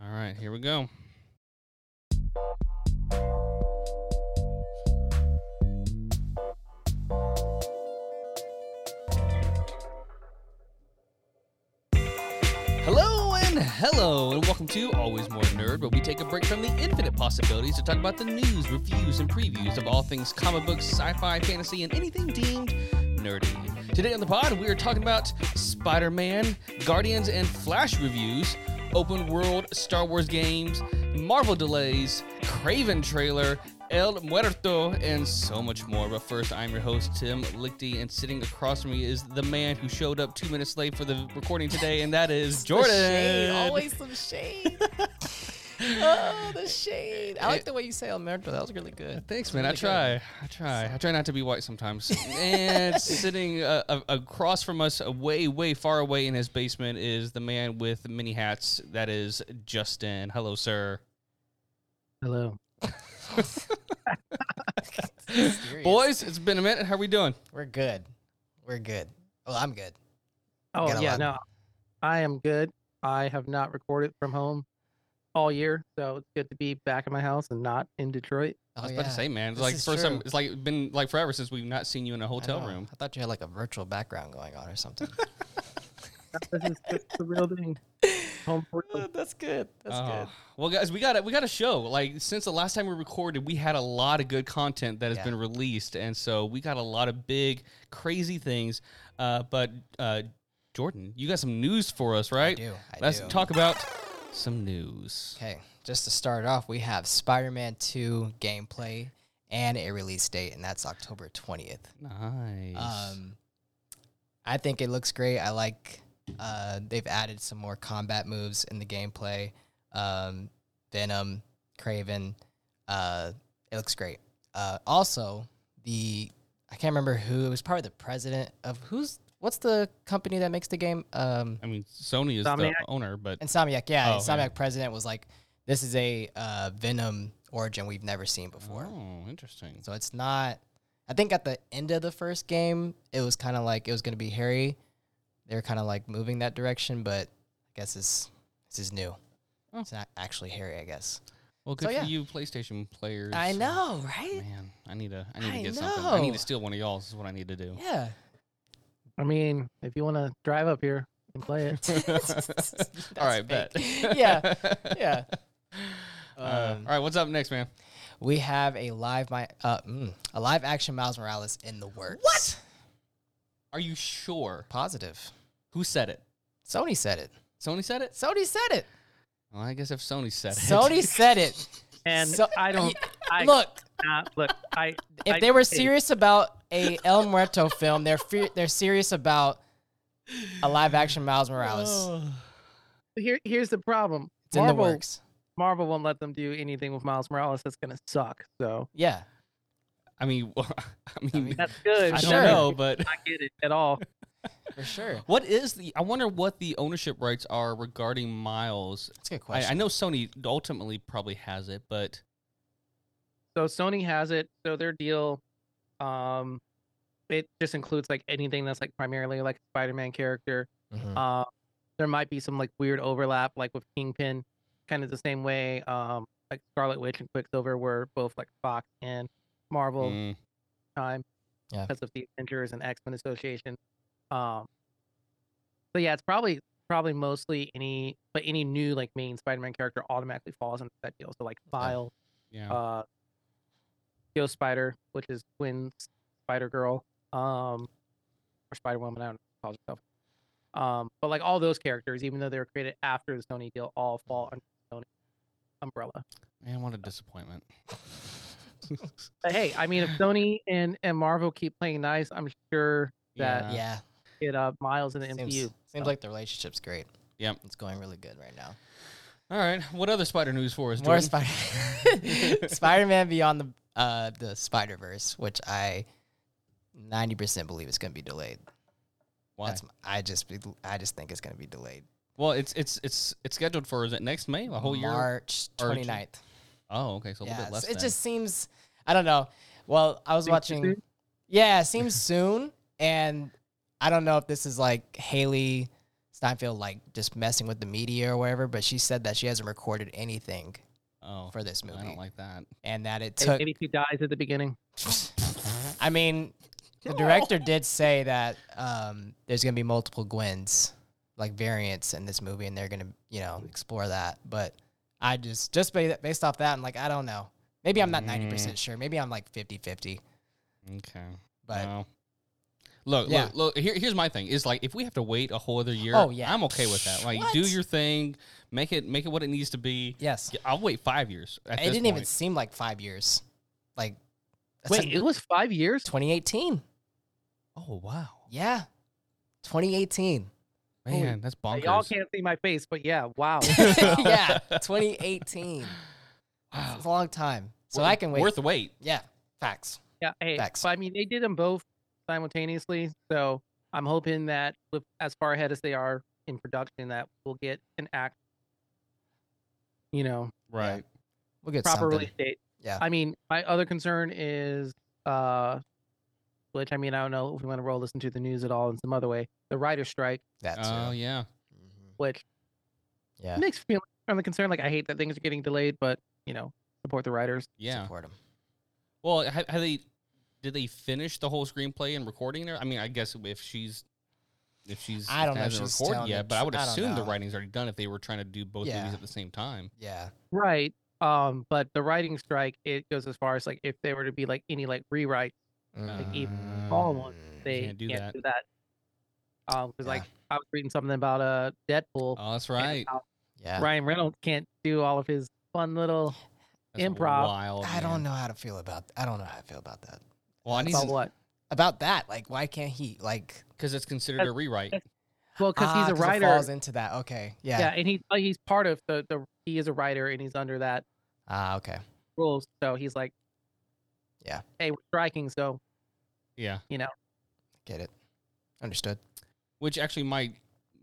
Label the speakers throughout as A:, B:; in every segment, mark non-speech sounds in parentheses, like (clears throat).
A: right, here we go. Hello and hello, and welcome to Always More Nerd, where we take a break from the infinite possibilities to talk about the news, reviews, and previews of all things comic books, sci fi, fantasy, and anything deemed nerdy. Today on the pod, we are talking about Spider Man, Guardians and Flash reviews, open world Star Wars games, Marvel delays, Craven trailer, El Muerto, and so much more. But first, I'm your host, Tim Lichty, and sitting across from me is the man who showed up two minutes late for the recording today, and that is
B: The
A: Jordan.
B: shade, always some
A: (laughs)
B: shade. oh, the shade. I like the way you say Almerto. That was really good.
A: Thanks, man. I
B: Really good.
A: try. I try. I try not to be white
B: (laughs)
A: sometimes. and sitting uh, a- across from us, uh, way, way far away in his basement, is the man with many hats. That is Justin. Hello, sir.
C: Hello.
B: (laughs) Serious.
A: Boys, it's been a minute. How are we doing?
B: We're good. We're good. Well, I'm good.
C: Oh
B: Get a
C: yeah,
B: lot.
C: no, I am good. I have not recorded from home all year, so it's good to be back in my house and not in Detroit.
A: I was
B: Oh,
A: about to
B: yeah.
A: say, man. It's
B: This
A: like
B: is
A: first time.
B: true.
A: It's like been like forever since we've not seen you in a
B: I
A: hotel
B: know.
A: room.
B: I thought you had like a virtual background going on
A: (laughs)
B: or something.
C: This is just the real thing. Home for
B: (laughs)
C: real.
B: That's good. That's
A: Oh. Well, guys, we got a, we got a show. Like since the last time we recorded, we had a lot of good content that has
B: Yeah.
A: been released, and so we got a lot of big, crazy things. Uh, but uh, Jordan, you got some news for us,
B: I
A: right?
B: do. I
A: Let's
B: do.
A: talk about some news.
B: Okay, just to start off, we have Spider-Man 2 gameplay and a release date, and that's October 20th.
A: Nice.
B: Um, I think it looks great. I like uh, they've added some more combat moves in the gameplay. Um, Venom, Craven, uh, it looks great. Uh, also, the I can't remember who it was probably the president of who's what's the company that makes the game. Um,
A: I mean, Sony is
C: Insomniac?
A: the owner, but
B: Insomniac, yeah,
A: Oh,
B: Insomniac
A: yeah.
B: president was like, "This is a uh, Venom origin we've never seen before."
A: oh, interesting.
B: So it's not. I think at the end of the first game, it was kind of like it was going to be Harry. They were kind of like moving that direction, but I guess this this is new.
A: Oh.
B: It's not actually Harry, I guess.
A: Well, good
B: so,
A: for
B: yeah.
A: you, PlayStation players.
B: I know, right?
A: Man, I need to I need to
B: I
A: get something. I need
B: know.
A: to steal one of y'all's. Is what I need to do.
B: Yeah.
C: I mean, if you want to drive up here and play it,
A: All right,
B: (laughs) That's
A: bet.
B: fake. (laughs) yeah,
A: (laughs)
B: yeah.
A: Uh,
B: Um,
A: all right, what's up next, man?
B: We have a live my uh, mm, a live action Miles Morales in the works. What?
A: Are you sure?
B: Positive.
A: Who said it?
B: Sony said it.
A: Sony said it?
B: Sony said it.
A: Well, I guess if Sony said it.
B: Sony said (laughs) it.
C: and
B: So-
C: I don't. I
B: Look,
C: not, look. I
B: if
C: I-
B: they were
C: hey,
B: serious about a El Muerto film, they're fe- they're serious about
A: (laughs)
B: a live action Miles Morales.
A: Oh,
C: Here, here's the problem.
B: it's in the
C: Marvel,
B: works.
C: Marvel won't let them do anything with Miles Morales. That's gonna suck. So
B: Yeah,
A: (sighs) I mean, (laughs) well, I mean,
B: mean,
C: that's good.
A: I
C: but
A: don't
B: sure.
A: know, but
C: I get it at all.
B: for sure.
A: (laughs) what is the? I wonder what the ownership rights are regarding Miles.
B: That's a good
A: I,
B: question.
A: I know Sony ultimately probably has it, but
C: So Sony has it. So their deal, um, it just includes like anything that's like primarily like a Spider-Man character.
B: Mhm.
C: Uh, there might be some like weird overlap, like with Kingpin, kind of the same way, um, like Scarlet Witch and Quicksilver were both like Fox and Marvel
A: mm,
C: time
B: Yeah.
C: because of the Avengers and X Men Association. Um, so yeah, it's probably probably mostly any but any new like main Spider Man character automatically falls into that deal. So like Miles,
A: yeah,
C: uh, Ghost Spider, which is Gwen's Spider Girl, um, or Spider Woman. I don't know what she calls herself. Um, but like all those characters, even though they were created after the Sony deal, all fall under the Sony umbrella.
A: man, what a disappointment.
B: (laughs)
C: But hey, I mean, if Sony and and Marvel keep playing nice, I'm sure that
A: uh,
B: yeah,
C: get uh, Miles in the
B: seems,
C: MCU.
B: seems like the relationship's great.
A: Yep.
B: it's going really good right now.
A: All right, what other Spider news for us?
B: More
A: Jordan?
B: Spider Spider (laughs) Man Beyond the uh, the Spider Verse, which I ninety percent believe is going to be delayed.
A: Why?
B: That's I just be- I just think it's going to be delayed.
A: well, it's it's it's it's scheduled for is it next May? A whole year?
B: March
A: or Ju-
B: 29th.
A: Oh, okay, so a little bit
B: so
A: less.
B: It
A: then.
B: just seems I don't know. Well, I was
C: Seems too
B: watching
C: soon?
B: Yeah, it seems soon and I don't know if this is like Haley Steinfeld like just messing with the media or whatever, but she said that she hasn't recorded anything
A: Oh,
B: for this
A: I
B: movie
A: don't like that.
B: and that it
C: Hey,
B: took.
C: Maybe she dies at the beginning.
B: I mean, the director did say that um, there's gonna be multiple Gwens, like variants in this movie, and they're gonna you know explore that. But I just just ba- based off that, I'm like, I don't know. Maybe I'm not 90
A: Mm.
B: percent sure. Maybe I'm like 50 50.
A: Okay.
B: But
A: No. Look,
B: Yeah.
A: look, look. Here, here's my thing. Is like if we have to wait a whole other year,
B: Oh, yeah.
A: I'm okay with that. Like, do
B: What?
A: your thing, make it, make it what it needs to be.
B: yes,
A: Yeah, I'll wait five years. At
B: it
A: this
B: didn't even
A: point.
B: seem like five years. Like that's
C: Wait,
B: like
C: it was five years.
B: 2018.
A: Oh wow,
B: Yeah,
C: (laughs)
B: 2018.
A: man,
C: Holy-
A: that's bonkers.
C: Y'all can't see my face, but yeah, wow.
B: (laughs) yeah,
C: (laughs)
B: 2018.
A: Wow. (sighs)
B: It's a long time, so I can wait.
A: Worth the wait.
B: yeah, facts.
C: Yeah, hey,
B: Facts.
C: but I mean, they did them both simultaneously, so I'm hoping that with as far ahead as they are in production, that we'll get an act, you know,
A: Right.
B: We'll get
C: proper
B: something.
C: release date.
B: Yeah.
C: I mean, my other concern is, uh, which I mean, I don't know if we want to roll this into the news at all in some other way. The writer strike,
A: Oh
B: That's it.
A: yeah.
B: Mhm.
C: which
B: yeah.
C: makes me on the concern. Like, I hate that things are getting delayed, but you know, support the writers.
A: Yeah.
B: Support 'em.
A: Well, have, have they? Did they finish the whole screenplay and recording there? I mean, I guess if she's, if she's,
B: I don't know if
A: hasn't
B: she's
A: recorded
B: telling
A: yet,
B: the
A: but I
B: tr-
A: would
B: I don't
A: assume the
B: know.
A: writing's already done if they were trying to do both
B: Yeah.
A: movies at the same time.
B: Yeah.
C: Right. Um, but the writing strike, it goes as far as like if there were to be like any like rewrite. Like, even all ones,
B: Mm.
C: they
A: can't do that.
C: do that. Um, because
B: Yeah.
C: like I was reading something about uh Deadpool.
A: Oh, that's
C: and
A: right.
C: how
B: Mm, Yeah.
C: Ryan Reynolds can't do all of his
B: (sighs)
C: fun little
A: That's
C: Improv.
A: Wild,
B: I don't
A: Oh, man.
B: know how to feel about. I don't know how I feel about that.
A: Well, I need
C: about
A: to
C: what?
B: About that, like, why can't he? Like,
A: because it's considered a rewrite.
C: Well, because
B: ah,
C: he's a
B: 'cause it
C: writer.
B: falls into that. Okay.
C: yeah.
B: Yeah.
C: and he's like, he's part of the the he is a writer and he's under that
B: Ah, okay.
C: rules. So he's like,
B: Yeah.
C: hey, we're striking. So
A: Yeah,
B: Get it. Understood.
A: which actually might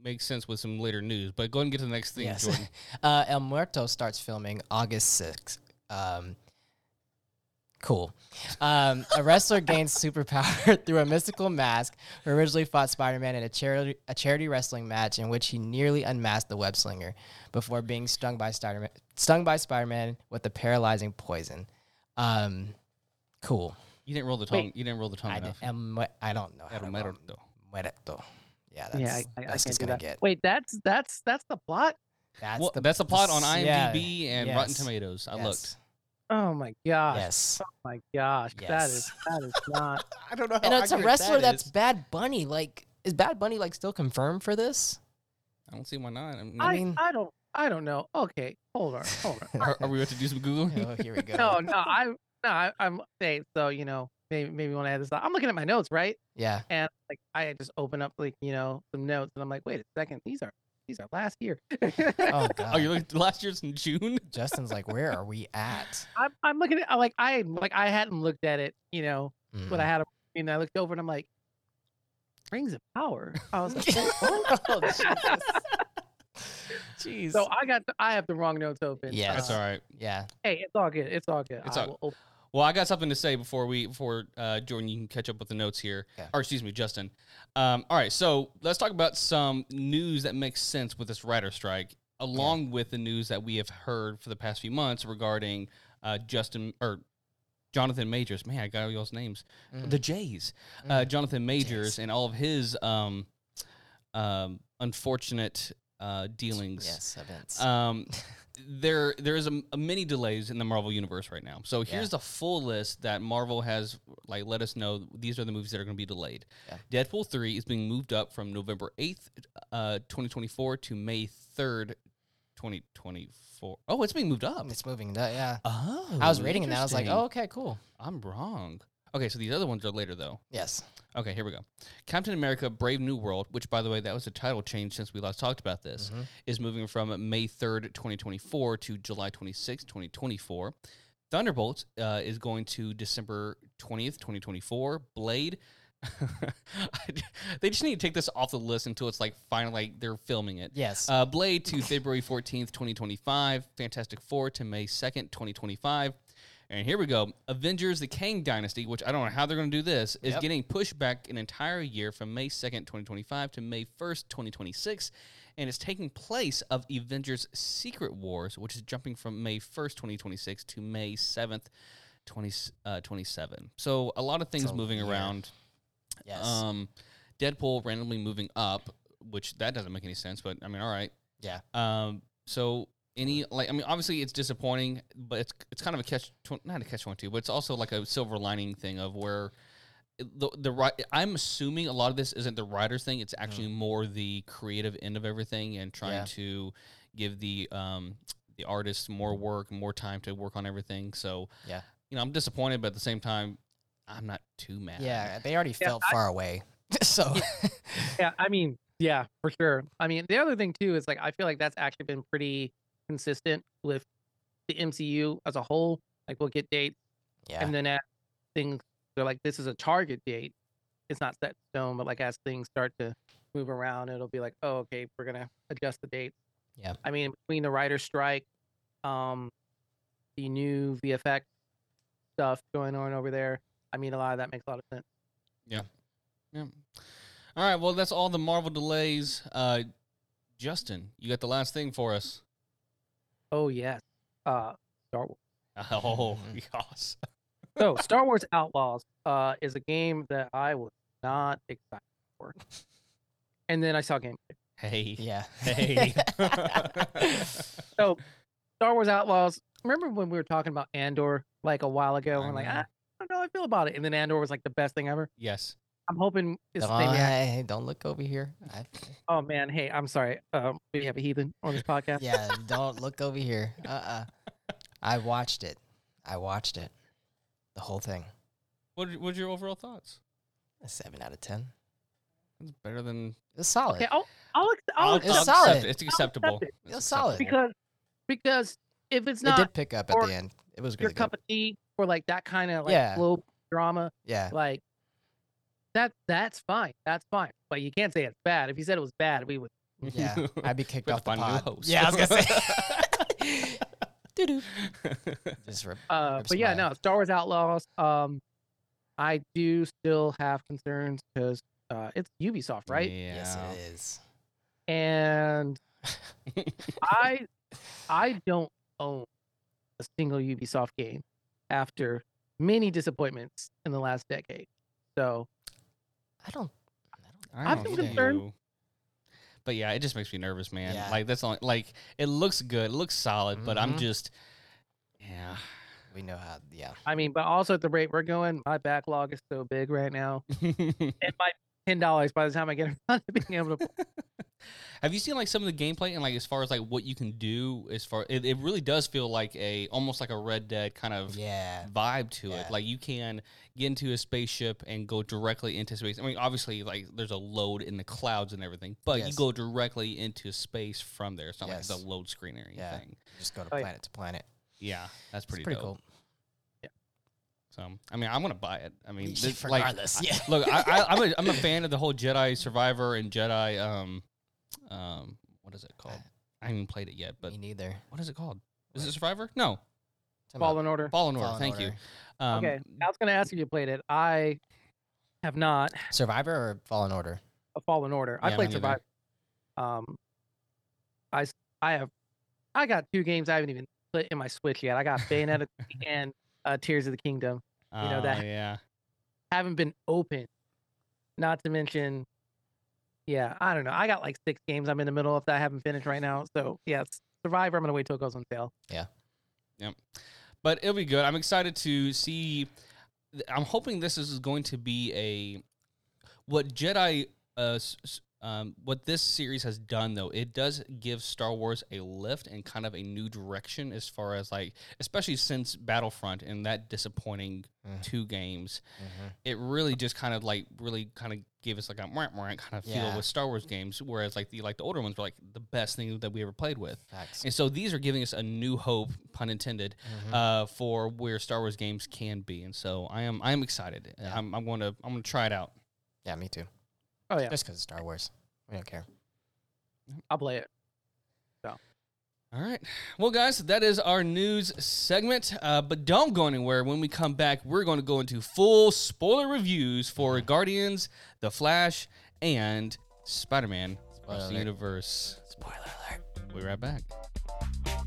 A: make sense with some later news. But go ahead and get to the next thing,
B: Yes. (laughs)
A: Jordan.
B: Uh, El Muerto starts filming August 6th. Um, cool. Um, a wrestler gains superpower (laughs) through a mystical mask who originally fought Spider Man in a charity, a charity wrestling match in which he nearly unmasked the web slinger before being stung by Spider stung by Spider Man with a paralyzing poison. Um, cool.
A: You didn't roll the tongue.
C: Wait.
A: You didn't roll the tongue
B: I, d-
A: enough.
B: am- I don't know. how
A: That'll
B: to
A: matter,
B: roll
A: though.
B: Muerto. Yeah, that's,
C: yeah, I, I, I
B: that's
C: can't
B: just
C: do
B: gonna
C: that.
B: get.
C: Wait, that's that's that's the plot.
B: That's
A: Well, that's the plot on
B: yeah,
A: IMDb and Rotten
B: yes,
A: Tomatoes. I looked.
B: (laughs) yes,
C: Oh my gosh.
B: Yes.
C: Oh my gosh. That is
B: (laughs)
C: that is not.
A: I don't know.
B: and it's a wrestler that's Bad Bunny. Like, is Bad Bunny like still confirmed for this?
A: I don't see why not. I mean,
C: I,
A: are,
B: mean-
C: I don't I don't know. Okay, hold on, hold on.
A: (laughs) are we about to do some googling?
B: oh, here
C: (laughs)
B: we go.
C: no, no, I no, I, I'm hey, so you know maybe maybe want to add this. Up. I'm looking at my notes right,
B: Yeah.
C: and like I just open up like you know some notes, and I'm like, wait a second, these are these are last year. (laughs)
B: Oh
A: (laughs) Oh,
B: god.
A: you looked last year's in June.
B: Justin's like, where are we at?
C: I'm I'm looking at I like I like I hadn't looked at it, you know,
B: Mm.
C: when
B: (laughs)
A: Mm-hmm.
C: I had a and I looked over and I'm like, rings of power. I was like,
A: (laughs)
B: Oh, (laughs)
C: Jeez. so I got I have the wrong notes open.
B: Yes.
A: That's all right.
B: yeah.
C: Hey, it's all good. It's all good.
A: It's
C: I
A: all-
C: will open-
A: Well, I got something to say before we before uh, Jordan, you can catch up with the notes here,
B: Okay.
A: or excuse me, Justin. Um, all right, so let's talk about some news that makes sense with this writer strike, along with the news that we have heard for the past few months regarding uh, Justin or Jonathan Majors. Man, I got all y'all's names. The Jays, uh,
B: Mm.
A: Jonathan Majors,
B: Jays.
A: and all of his um, um, unfortunate uh, dealings.
B: Yes, events.
A: Um, there there is a, a many delays in the Marvel universe right now. So
B: Yeah.
A: here's the full list that Marvel has like let us know these are the movies that are going to be delayed. Deadpool three is being moved up from November eighth, uh, twenty twenty four to May third, twenty twenty four. Oh, it's being moved up.
B: it's moving. That, yeah.
A: Oh,
B: I was reading it and I was like, oh,
A: interesting.
B: okay, cool.
A: I'm wrong. Okay, so these other ones are later though.
B: Yes.
A: Okay, here we go. Captain America: Brave New World, which by the way, that was a title change since we last talked about this
B: Mhm.
A: is moving from May 3rd, 2024 to July 26th, 2024. Thunderbolts uh, is going to December 20th, 2024. Blade, (laughs) they just need to take this off the list until it's like finally like they're filming it.
B: Yes.
A: Uh, Blade to February 14th, 2025. Fantastic Four to May 2nd, 2025. And here we go. Avengers: The Kang Dynasty, which I don't know how they're going to do this, is
B: Yep.
A: getting pushed back an entire year from May second, twenty twenty five, to May first, twenty twenty six, and it's taking place of Avengers: Secret Wars, which is jumping from May first, twenty twenty six, to May seventh, twenty uh, twenty seven. So a lot of things
B: a
A: moving
B: year.
A: around.
B: Yes.
A: Um, Deadpool randomly moving up, which that doesn't make any sense, but I mean, all right.
B: Yeah.
A: Um, so any like, I mean, obviously it's disappointing, but it's it's kind of a catch, tw- not a catch one two, but it's also like a silver lining thing of where it- the the right. I'm assuming a lot of this isn't the writer's thing; it's actually more the creative end of everything and trying
B: Mm-hmm. Yeah.
A: to give the um the artists more work, more time to work on everything. So
B: Yeah.
A: you know, I'm disappointed, but at the same time, I'm not too mad.
B: yeah, they already
C: Yeah,
B: felt far away. (laughs) so
C: yeah, I mean, yeah, for sure. I mean, the other thing too is like I feel like that's actually been pretty consistent with the MCU as a whole. Like we'll get dates,
B: yeah,
C: and then as things they're like this is a target date. It's not set in stone, but like as things start to move around, it'll be like, oh, okay, we're gonna adjust the date.
B: Yeah.
C: I mean, between the writer's strike, um, the new VFX stuff going on over there. I mean, a lot of that makes a lot of sense.
A: Yeah. All right. Well, that's all the Marvel delays. Uh, Justin, you got the last thing for us. (laughs)
C: Oh yes, uh, Star Wars.
A: Oh, (laughs)
B: Mhm.
A: gosh.
C: So, Star Wars Outlaws uh, is a game that I was not excited for. And then I saw game.
A: Hey.
B: (laughs)
A: (laughs)
B: yeah.
A: Hey.
C: So, Star Wars Outlaws, remember when we were talking about Andor like a while ago?
A: I
C: And like,
A: know.
B: Uh-huh.
C: "Ah, I don't know how I feel about it. And then Andor was like the best thing ever.
A: yes.
C: I'm hoping it's the
B: don't,
C: same. reaction.
B: hey, hey, don't look over here. I,
C: Oh, man. Hey, I'm sorry. Um, we have a heathen on this podcast.
B: yeah, don't look over here. Uh uh I watched it. I watched it. The whole thing.
A: What are- What's your overall thoughts?
B: A seven out of ten.
A: That's better than.
B: It was solid.
C: Okay. oh, I'll, I'll, ac- I'll
B: Oh, it's
C: accept
A: accept
B: solid.
A: it. It's acceptable.
C: it.
A: It's
B: It's solid.
A: acceptable.
C: because, because if it's
B: it
C: not
B: did pick up at
C: or
B: the end. It was
C: your
B: really good.
C: cup of tea for like that kind of like
B: Yeah.
C: slow drama,
B: Yeah.
C: like that that's fine that's fine but you can't say it's bad if you said it was bad we would
B: (laughs)
A: (laughs)
B: Yeah. I'd be kicked
A: We have to
B: off
A: find
B: the
A: a new
B: pod.
A: host.
B: Yeah, I was gonna
A: (laughs)
B: say. Doo-doo. (laughs) Just rip.
C: uh
B: Rip
C: but yeah
B: smile.
C: no star wars outlaws um i do still have concerns because uh it's ubisoft right
A: Yeah.
B: Yes, it is.
C: and i
A: (laughs)
C: i don't own a single ubisoft game after many disappointments in the last decade so
B: I don't. I
A: I don't
C: I've been
A: know.
C: concerned.
A: But yeah, it just makes me nervous, man.
B: Yeah.
A: Like that's all. Like it looks good, it looks solid, but I'm
B: Mhm.
A: just,
B: (laughs)
A: yeah.
B: don't- we know how. Yeah.
C: i mean but also at the rate we're going my backlog is so big right now it might be ten dollars by the time i get (laughs) around to being able to
A: Have you seen like some of the gameplay and like as far as like what you can do as far it, it really does feel like a almost like a Red Dead kind of
B: Yeah.
A: vibe to
B: Yeah.
A: it. Like you can get into a spaceship and go directly into space. I mean, obviously like there's a load in the clouds and everything, but you
B: Yes.
A: go directly into space from there. It's not like
B: Yes.
A: it's a load screen or anything.
B: Yeah.
A: Yeah,
B: Just go to
C: Oh, yeah.
B: planet to planet.
A: that's pretty,
B: it's pretty
A: dope.
B: cool.
A: So I mean, I'm gonna buy it. I
B: (laughs)
A: mean,
B: Yeah,
A: this, like,
B: regardless,
A: I-
B: yeah.
A: look, I, I, I'm
B: (laughs)
A: a I'm a fan of the whole Jedi Survivor and Jedi um um what is it called? I haven't played it yet, but
B: Me neither.
A: what is it called? Is it
B: Wait.
A: Survivor? No,
B: Time out.
C: Fallen Order.
A: Fallen Order.
B: Fallen
A: thank
B: Order.
A: you. Um,
C: okay, I was gonna ask if you played it. I have not.
B: Survivor or Fallen Order?
C: A Fallen Order. I
A: Yeah,
C: played
A: me neither.
C: Survivor. Um, I s- I have I got two games I haven't even put in my Switch yet. I got Bayonetta
A: (laughs)
C: 3 and uh, Tears of the Kingdom. you know
A: uh,
C: that-
A: Yeah.
C: Haven't been open. Not to mention, yeah, I don't know. I got like six games I'm in the middle of that I haven't finished right now. So yes, Survivor. I'm gonna wait till it goes on sale.
A: but it'll be good. I'm excited to see. I'm hoping this is going to be a what Jedi. Uh, s- s- um, what this series has done though, it does give Star Wars a lift and kind of a new direction as far as like, especially since Battlefront and that disappointing
B: Mhm.
A: two games,
B: Mm-hmm.
A: it really just kind of like really kind of gave us like a mwah, mwah kind of
B: Yeah.
A: feel with Star Wars games. Whereas like the like the older ones were like the best thing that we ever played with,
B: Facts.
A: and so these are giving us a new hope, pun intended,
B: Mhm.
A: uh, for where Star Wars games can be, and so I am I am excited.
B: Yeah.
A: I'm, I'm going to I'm going to try it out.
B: yeah, me too.
C: Oh yeah,
B: Just because it's Star Wars. We don't care.
C: I'll play it.
A: All right. Well, guys, that is our news segment. Uh, but don't go anywhere. When we come back, we're going to go into full spoiler reviews for Guardians, The Flash, and Spider Man across the
B: Spoiler.
A: universe.
B: Spoiler alert.
A: We'll be right back.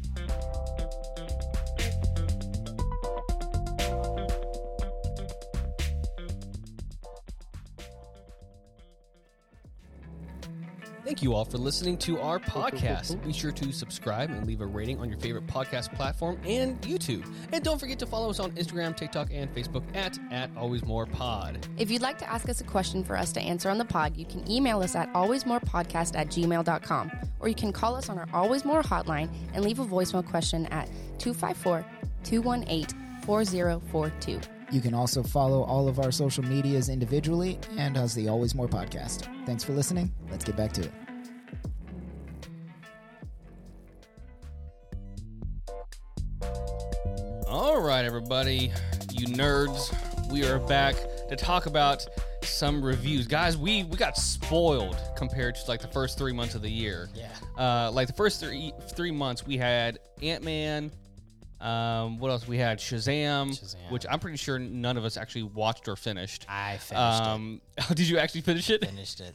A: Thank you all for listening to our podcast. Be sure to subscribe and leave a rating on your favorite podcast platform and YouTube. And don't forget to follow us on Instagram, TikTok, and Facebook at, at AlwaysMorePod.
D: If you'd like to ask us a question for us to answer on the pod, you can email us at alwaysmorepodcast at gmail.com or you can call us on our Always More hotline and leave a voicemail question at 254 218 4042.
E: You can also follow all of our social medias individually and as the Always More podcast. Thanks for listening. Let's get back to it.
A: All right, everybody, you nerds, we are back to talk about some reviews, guys. We we got spoiled compared to like the first three months of the year.
B: Yeah.
A: Uh, like the first three three months, we had Ant Man. Um, what else? We had Shazam,
B: Shazam.
A: which I'm pretty sure none of us actually watched or finished.
B: I finished
A: Um, (laughs) did you actually finish
B: it.
A: it? (laughs)
B: Finished it.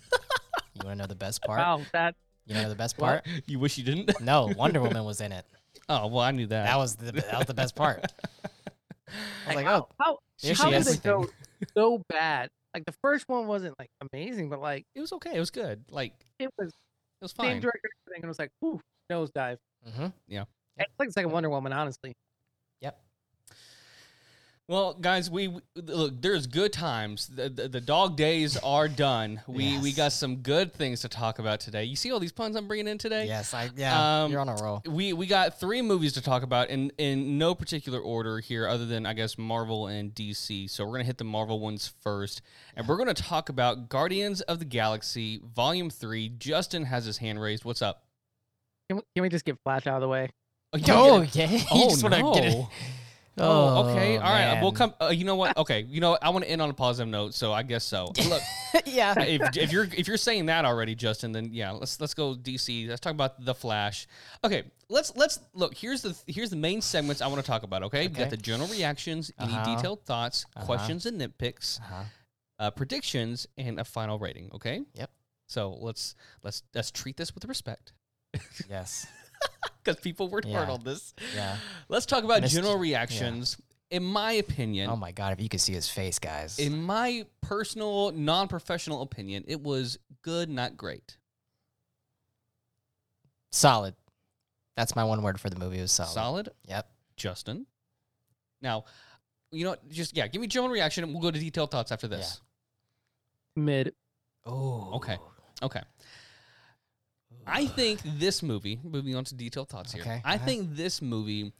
B: You want to know the best part?
C: Wow, that
B: You know the best
C: What?
B: part?
A: You wish you didn't. (laughs)
B: No, Wonder Woman was in it.
A: Oh well, I knew that.
B: That was the that was the best part. I was like, oh,
C: how
B: there
C: how
B: she
C: did
B: is.
C: it go so bad? Like the first one wasn't like amazing, but like
A: it was okay. It was good. Like it
C: it was
A: was
C: same
A: fine.
C: director and everything, and it was like, ooh, nosedive.
B: Mm-hmm.
C: It's like the second Wonder Woman, honestly.
B: Yep.
A: Well, guys, we we- look. There's good times. The, the, the dog days are done. We we
B: Yes.
A: got some good things to talk about today. You see all these puns I'm bringing in today.
B: Yes, I yeah.
A: Um,
B: you're on a
A: (laughs)
B: roll.
A: We we got three movies to talk about in in no particular order here, other than I guess Marvel and DC. So we're gonna hit the Marvel ones first, and we're gonna talk about Guardians of the Galaxy Volume Three. Justin has his hand raised. What's up?
C: Can we, can we just get Flash out of the way?
A: Oh, you
B: Oh
A: get it.
B: yeah. (laughs) You
A: Oh,
B: just want to get it.
A: no. (laughs) Oh, okay. All right. We'll
B: man.
A: come. Uh, you know what? Okay. You know what? I want to end on a positive note, so I guess so. Look,
B: (laughs) yeah.
A: if, if you're if you're saying that already, Justin, then yeah, let's let's go DC. Let's talk about the Flash. Okay, let's let's look. Here's the here's the main segments I want to talk about. Okay, we got
B: Okay.
A: the general reactions, any
B: Uh-huh.
A: detailed thoughts,
B: Uh-huh.
A: questions and nitpicks,
B: Uh-huh.
A: uh, predictions, and a final rating. Okay.
B: Yep.
A: So let's let's let's treat this with respect
B: Yes.
A: because people worked hard
B: Yeah.
A: on this.
B: Yeah.
A: Let's talk about
B: Missed-
A: general
B: yeah.
A: reactions. In my opinion,
B: Oh my god, if you could see his face, guys.
A: in my personal, non-professional opinion, it was good, not great.
B: solid. That's my one word for the movie. It was solid.
A: Solid
B: Yep.
A: Justin. Now, you know, what, just yeah, give me general reaction, and we'll go to detailed thoughts after this.
C: Mid.
B: Oh.
A: Okay. Okay. I think this movie, moving on to detailed thoughts here,
B: Okay,
A: I
B: uh-huh.
A: think this movie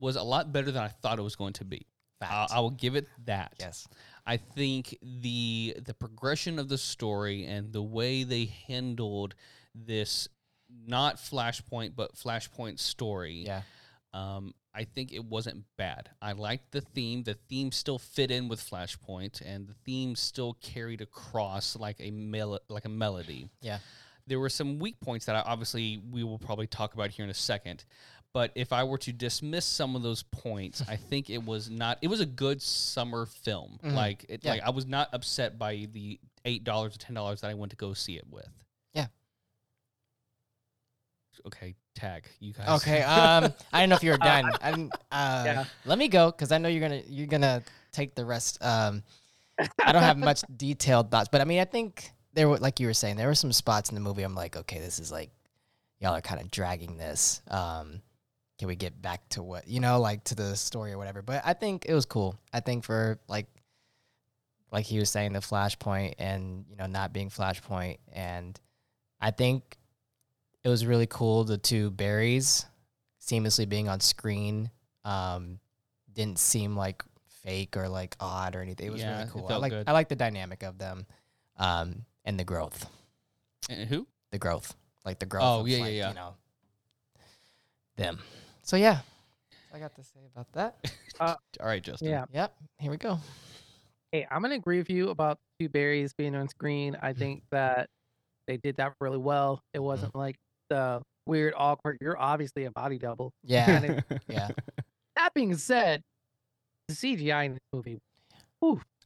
A: was a lot better than I thought it was going to be. I, I will give it that.
B: yes.
A: I think the the progression of the story and the way they handled this not flashpoint but flashpoint story
B: Yeah.
A: um, I think it wasn't bad. I liked the theme. The theme still fit in with Flashpoint, and the theme still carried across like a mel- like a melody.
B: Yeah.
A: There were some weak points that I obviously we will probably talk about here in a second. But if I were to dismiss some of those points, I think it was not. It was a good summer film.
B: Mhm.
A: Like, it,
B: Yeah.
A: like I was not upset by the eight dollars or ten dollars that I went to go see it with.
B: Yeah.
A: Okay, tag you guys.
B: Okay. Um, I didn't know if you were done. I didn't, uh,
C: Yeah.
B: Let me go because I know you're gonna you're gonna take the rest. Um, I don't have much detailed thoughts, but I mean, I think there were like you were saying there were some spots in the movie. I'm like, okay, this is like y'all are kind of dragging this. Um, can we get back to what you know, like to the story or whatever? But I think it was cool. I think for like like he was saying the flashpoint and you know not being flashpoint and i think it was really cool the two berries seamlessly being on screen um didn't seem like fake or like odd or anything it was
A: Yeah, it
B: really cool i
A: felt
B: like
A: good.
B: i like the dynamic of them um and the growth
A: (laughs) And who?
B: the growth like the growth
A: Oh,
B: of,
A: yeah, yeah,
B: like,
A: yeah.
B: you know them so yeah i got to say about that
C: (laughs)
A: All right, Justin.
C: Uh, Yeah.
B: yep here we go
C: Hey, I'm gonna agree with you about two berries being on screen. I think that they did that really well. It wasn't like the weird, awkward. You're obviously a body double.
B: Yeah,
C: Kinda-
B: yeah.
C: that being said, the CGI in this movie,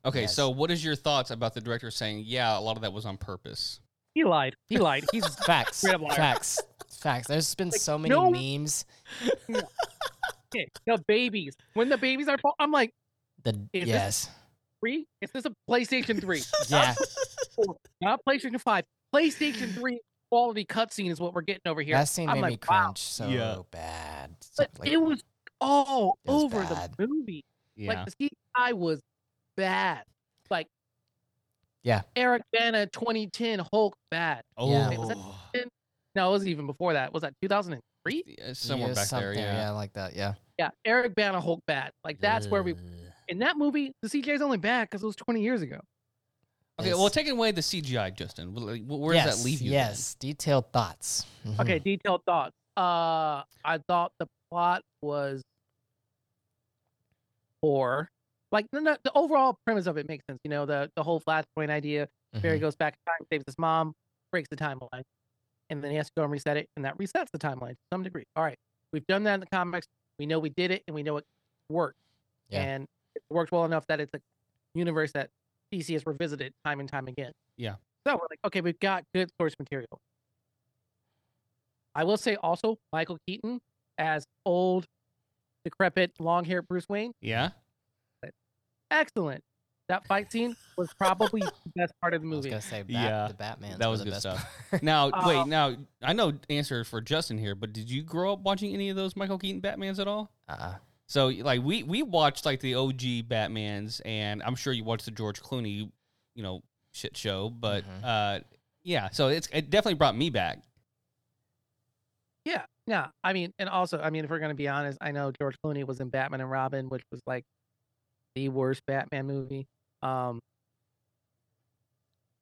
A: Okay, so
B: Yes.
A: what is your thoughts about the director saying, "Yeah, a lot of that was on purpose"?
C: he lied. He lied. He's
B: Facts,
C: Straight up liar.
B: facts, facts. There's been
C: Like,
B: so many
C: no-
B: memes.
C: okay. The babies. When the babies are, born, I'm like,
B: The
C: Is this- (laughs)
B: yes,
C: three? Is this a PlayStation 3?
B: yeah,
C: Not PlayStation 5. PlayStation 3 quality cutscene is what we're getting over here.
B: that scene
C: I'm
B: made
C: like,
B: me
C: wow.
B: cringe so
A: Yeah.
B: bad. So,
C: But it was all
B: It was
C: over
B: bad.
C: the movie.
A: Yeah,
C: Like the CGI was bad. Like
B: Yeah.
C: Eric Bana 2010 Hulk bad.
A: oh,
B: Yeah.
C: Was No, it was even before that. Was that 2003?
A: Yeah, uh, somewhere
B: yeah,
A: back there.
B: something,
A: Yeah.
B: like that. Yeah,
C: Yeah, Eric Bana Hulk bad. Like that's where we
B: Ugh.
C: in that movie the CGI is only bad because it was 20 years ago.
A: Okay, well,
B: It's-
A: taking away the CGI, Justin, wh- like, wh- where does
B: Yes,
A: that leave you? then?
B: Yes, detailed thoughts. Mhm.
C: Okay, detailed thoughts. Uh, I thought the plot was poor. Like the, the- the overall premise of it makes sense. You know, the the whole flashpoint idea.
B: Mm-hmm.
C: Barry goes back in time, saves his mom, breaks the timeline, and then he has to go and reset it, and that resets the timeline to some degree. All right, we've done that in the comics. We know we did it, and we know it worked,
B: Yeah.
C: and it worked well enough that it's a universe that DC has revisited time and time again.
A: Yeah.
C: So we're like, okay, we've got good source material. I will say also Michael Keaton as old, decrepit, long-haired Bruce Wayne
A: Yeah.
C: excellent. That fight scene was probably the best part of the
B: I was
C: movie.
B: gonna say, Bat,
A: Yeah,
B: the Batman.
A: that was
B: the
A: good
B: best
A: stuff.
B: part. (laughs)
A: Now, wait.
C: Um,
A: Now, I know answer for Justin here, but did you grow up watching any of those Michael Keaton Batman's at all?
B: uh-uh.
A: So, like, we we watched like the OG Batman's, and I'm sure you watched the George Clooney, you know, shit show. But
B: Mhm.
A: uh, yeah, so it's it definitely brought me back.
B: (gasps)
C: Yeah, yeah. I mean, and also, I mean, if we're gonna be honest, I know George Clooney was in Batman and Robin, which was like the worst Batman movie. Um,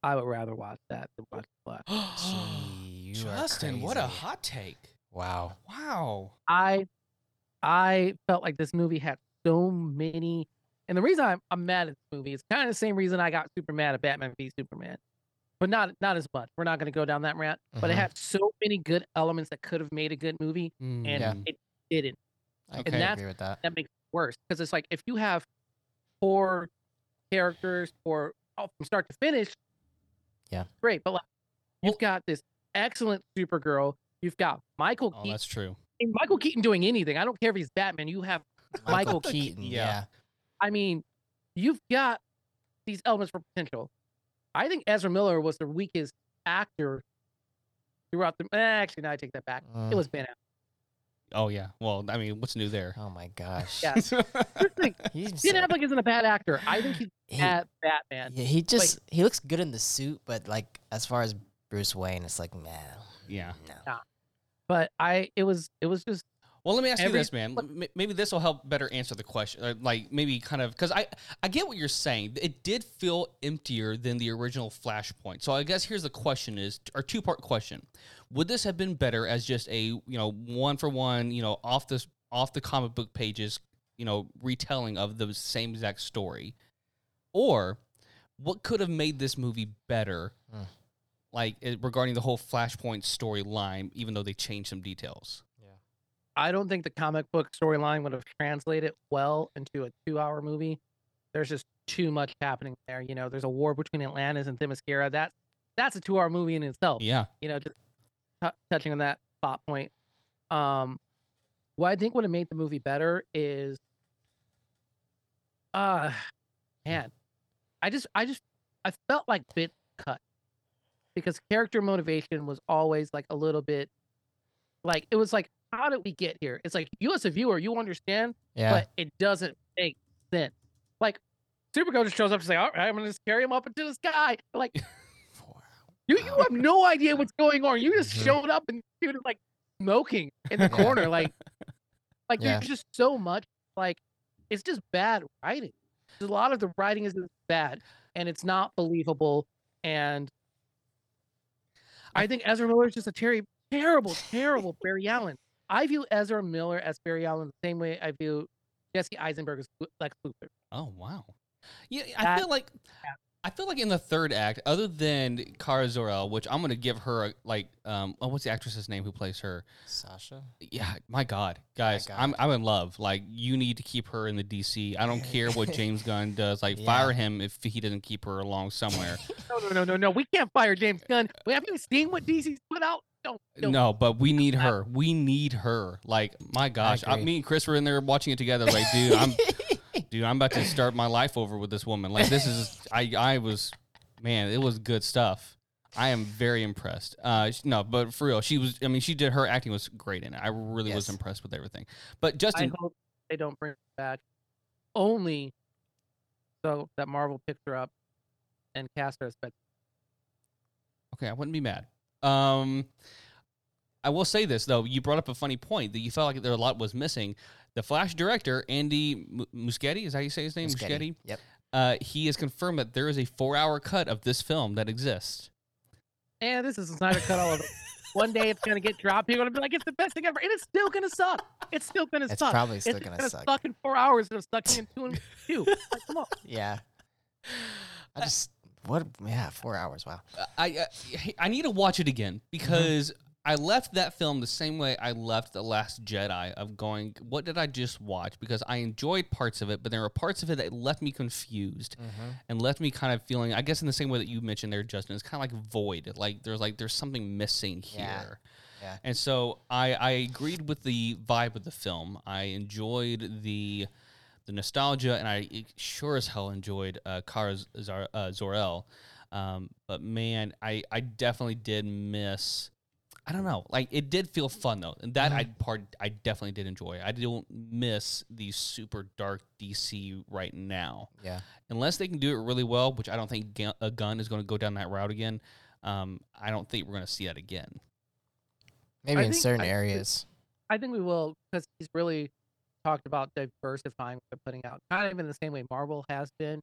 C: I would rather watch that than watch the Flash.
B: Gee, you are crazy.
A: take!
B: Wow.
A: Wow.
C: I, I felt like this movie had so many, and the reason I'm, I'm mad at this movie is kind of the same reason I got super mad at Batman v Superman, but not not as much. We're not gonna go down that rant. But it
B: Mhm.
C: had so many good elements that could have made a good movie, and
B: Yeah.
C: it didn't.
B: I
A: And
B: can
C: that's-
B: agree with that.
C: that makes it worse because it's like if you have poor characters or oh, from start to finish,
B: Yeah.
C: great. But like, you've got this excellent Supergirl. You've got Michael
A: Oh,
C: Keaton.
A: that's true.
C: and Michael Keaton doing anything. I don't care if he's Batman. You have,
B: Michael
C: Michael
B: Keaton.
A: Yeah.
B: Yeah.
C: I mean, you've got these elements for potential. I think Ezra Miller was the weakest actor throughout the. eh, Actually, no, I take that back.
B: Mm.
C: It was Ben. Affleck.
A: Oh yeah. Well, I mean, what's new there?
B: Oh my gosh. (laughs)
C: Yeah.
A: Uh,
C: Here's the thing,
B: He's
C: Ben
B: so-
C: Affleck isn't a bad actor. I think he's
B: he,
C: at Batman.
B: yeah, he just he looks good in the suit, but like as far as Bruce Wayne, it's like man.
A: Yeah.
B: No.
C: But I, it was, it was just.
A: Well, let me ask
C: Every-
A: you this, man. M- Maybe this will help better answer the question. or, Like, maybe kind of because I I get what you're saying. It did feel emptier than the original Flashpoint. So I guess here's the question: is or two part question? Would this have been better as just a you know one for one you know off this off the comic book pages you know retelling of the same exact story, or what could have made this movie better?
B: Hmm.
A: Like eh, regarding the whole Flashpoint storyline, even though they changed some details.
C: I don't think the comic book storyline would have translated well into a two-hour movie. There's just too much happening there. You know, there's a war between Atlantis and Themyscira. That's that's a two-hour movie in itself.
A: Yeah.
C: You know, just tou- touching on that plot point. Um, what I think would have made the movie better is, uh, man, I just, I just, I felt like bit cut because character motivation was always like a little bit, like it was like, how did we get here? It's like you as a viewer, you understand,
B: Yeah.
C: but it doesn't make sense. Like, Supergirl just shows up and say, "All right, I'm gonna just carry him up into the sky." Like,
B: Four.
C: you, you have no idea what's going on. You just
B: Mhm.
C: showed up and dude is like smoking in the
B: Yeah.
C: (laughs) corner. Like, like
B: Yeah.
C: there's just so much. Like, it's just bad writing. There's A lot of the writing is just bad, and it's not believable. And I think Ezra Miller is just a terri terrible, terrible Barry Allen. I view Ezra Miller as Barry Allen the same way I view Jesse Eisenberg as Lex Luthor.
A: Oh wow. Yeah, I
C: That-
A: feel like I feel like in the third act, other than Kara Zor-El, which I'm gonna give her a, like, um, oh, what's the actress's name who plays her?
B: Sasha.
A: Yeah, my God, guys,
B: God.
A: I'm I'm in love. Like, you need to keep her in the DC. I don't care what James Gunn does. Like,
B: Yeah.
A: fire him if he doesn't keep her along somewhere.
C: No, no, no, no, no. We can't fire James Gunn. We haven't even seen what DC's put out. No, no.
A: No, but we need her. We need her. Like, my gosh, I
B: agree.
A: me and Chris were in there watching it together. I was like, dude,
B: (laughs)
A: I'm dude, I'm about to start my life over with this woman. Like, this is (laughs) I I was man, it was good stuff. I am very impressed. Uh, sh- no, but for real, she was. I mean, she did her acting was great in it. I really was
B: Yes.
A: impressed with everything. But
C: I
A: Justin,
C: hope they don't bring her back only so that Marvel picks her up and cast her as Betsy.
A: okay, I wouldn't be mad. Um, I will say this though, you brought up a funny point that you felt like there a lot was missing. The Flash director Andy M- Muschietti is that how you say his name? Muschietti.
B: Yep.
A: Uh, he has confirmed that there is a four-hour cut of this film that exists.
C: And this is a Snyder
B: (laughs)
C: cut all over. One day it's gonna get dropped. People are gonna be like, it's the best thing ever, and it's still gonna suck. It's still gonna
B: It's
C: suck.
B: probably still
C: it's
B: gonna
C: gonna
B: suck.
C: suck in four hours instead of
B: (laughs)
C: sucking in two and two. Like, come on.
B: Yeah. I just what? Yeah, four hours. Wow.
A: I I, I need to watch it again because I left that film the same way I left The Last Jedi of going, what did I just watch? Because I enjoyed parts of it, but there were parts of it that left me confused
B: Mm-hmm.
A: and left me kind of feeling, I guess, in the same way that you mentioned there, Justin, it's kind of like void. Like there's like there's something missing here.
B: Yeah. Yeah.
A: And so I, I agreed with the vibe of the film. I enjoyed the the nostalgia, and I sure as hell enjoyed uh, Kara Zor- uh, Zor-El. Um, but man, I, I definitely did miss. I don't know. Like it did feel fun though, and that I part I definitely did enjoy. I don't miss the super dark DC right now
B: Yeah.
A: unless they can do it really well, which I don't think Ga- a gun is going to go down that route again. Um, I don't think we're going to see that again.
B: Maybe
C: I
B: in
C: think-
B: certain
C: I think-
B: areas.
C: I think we will because he's really talked about diversifying what they're putting out, kind of in the same way Marvel has been,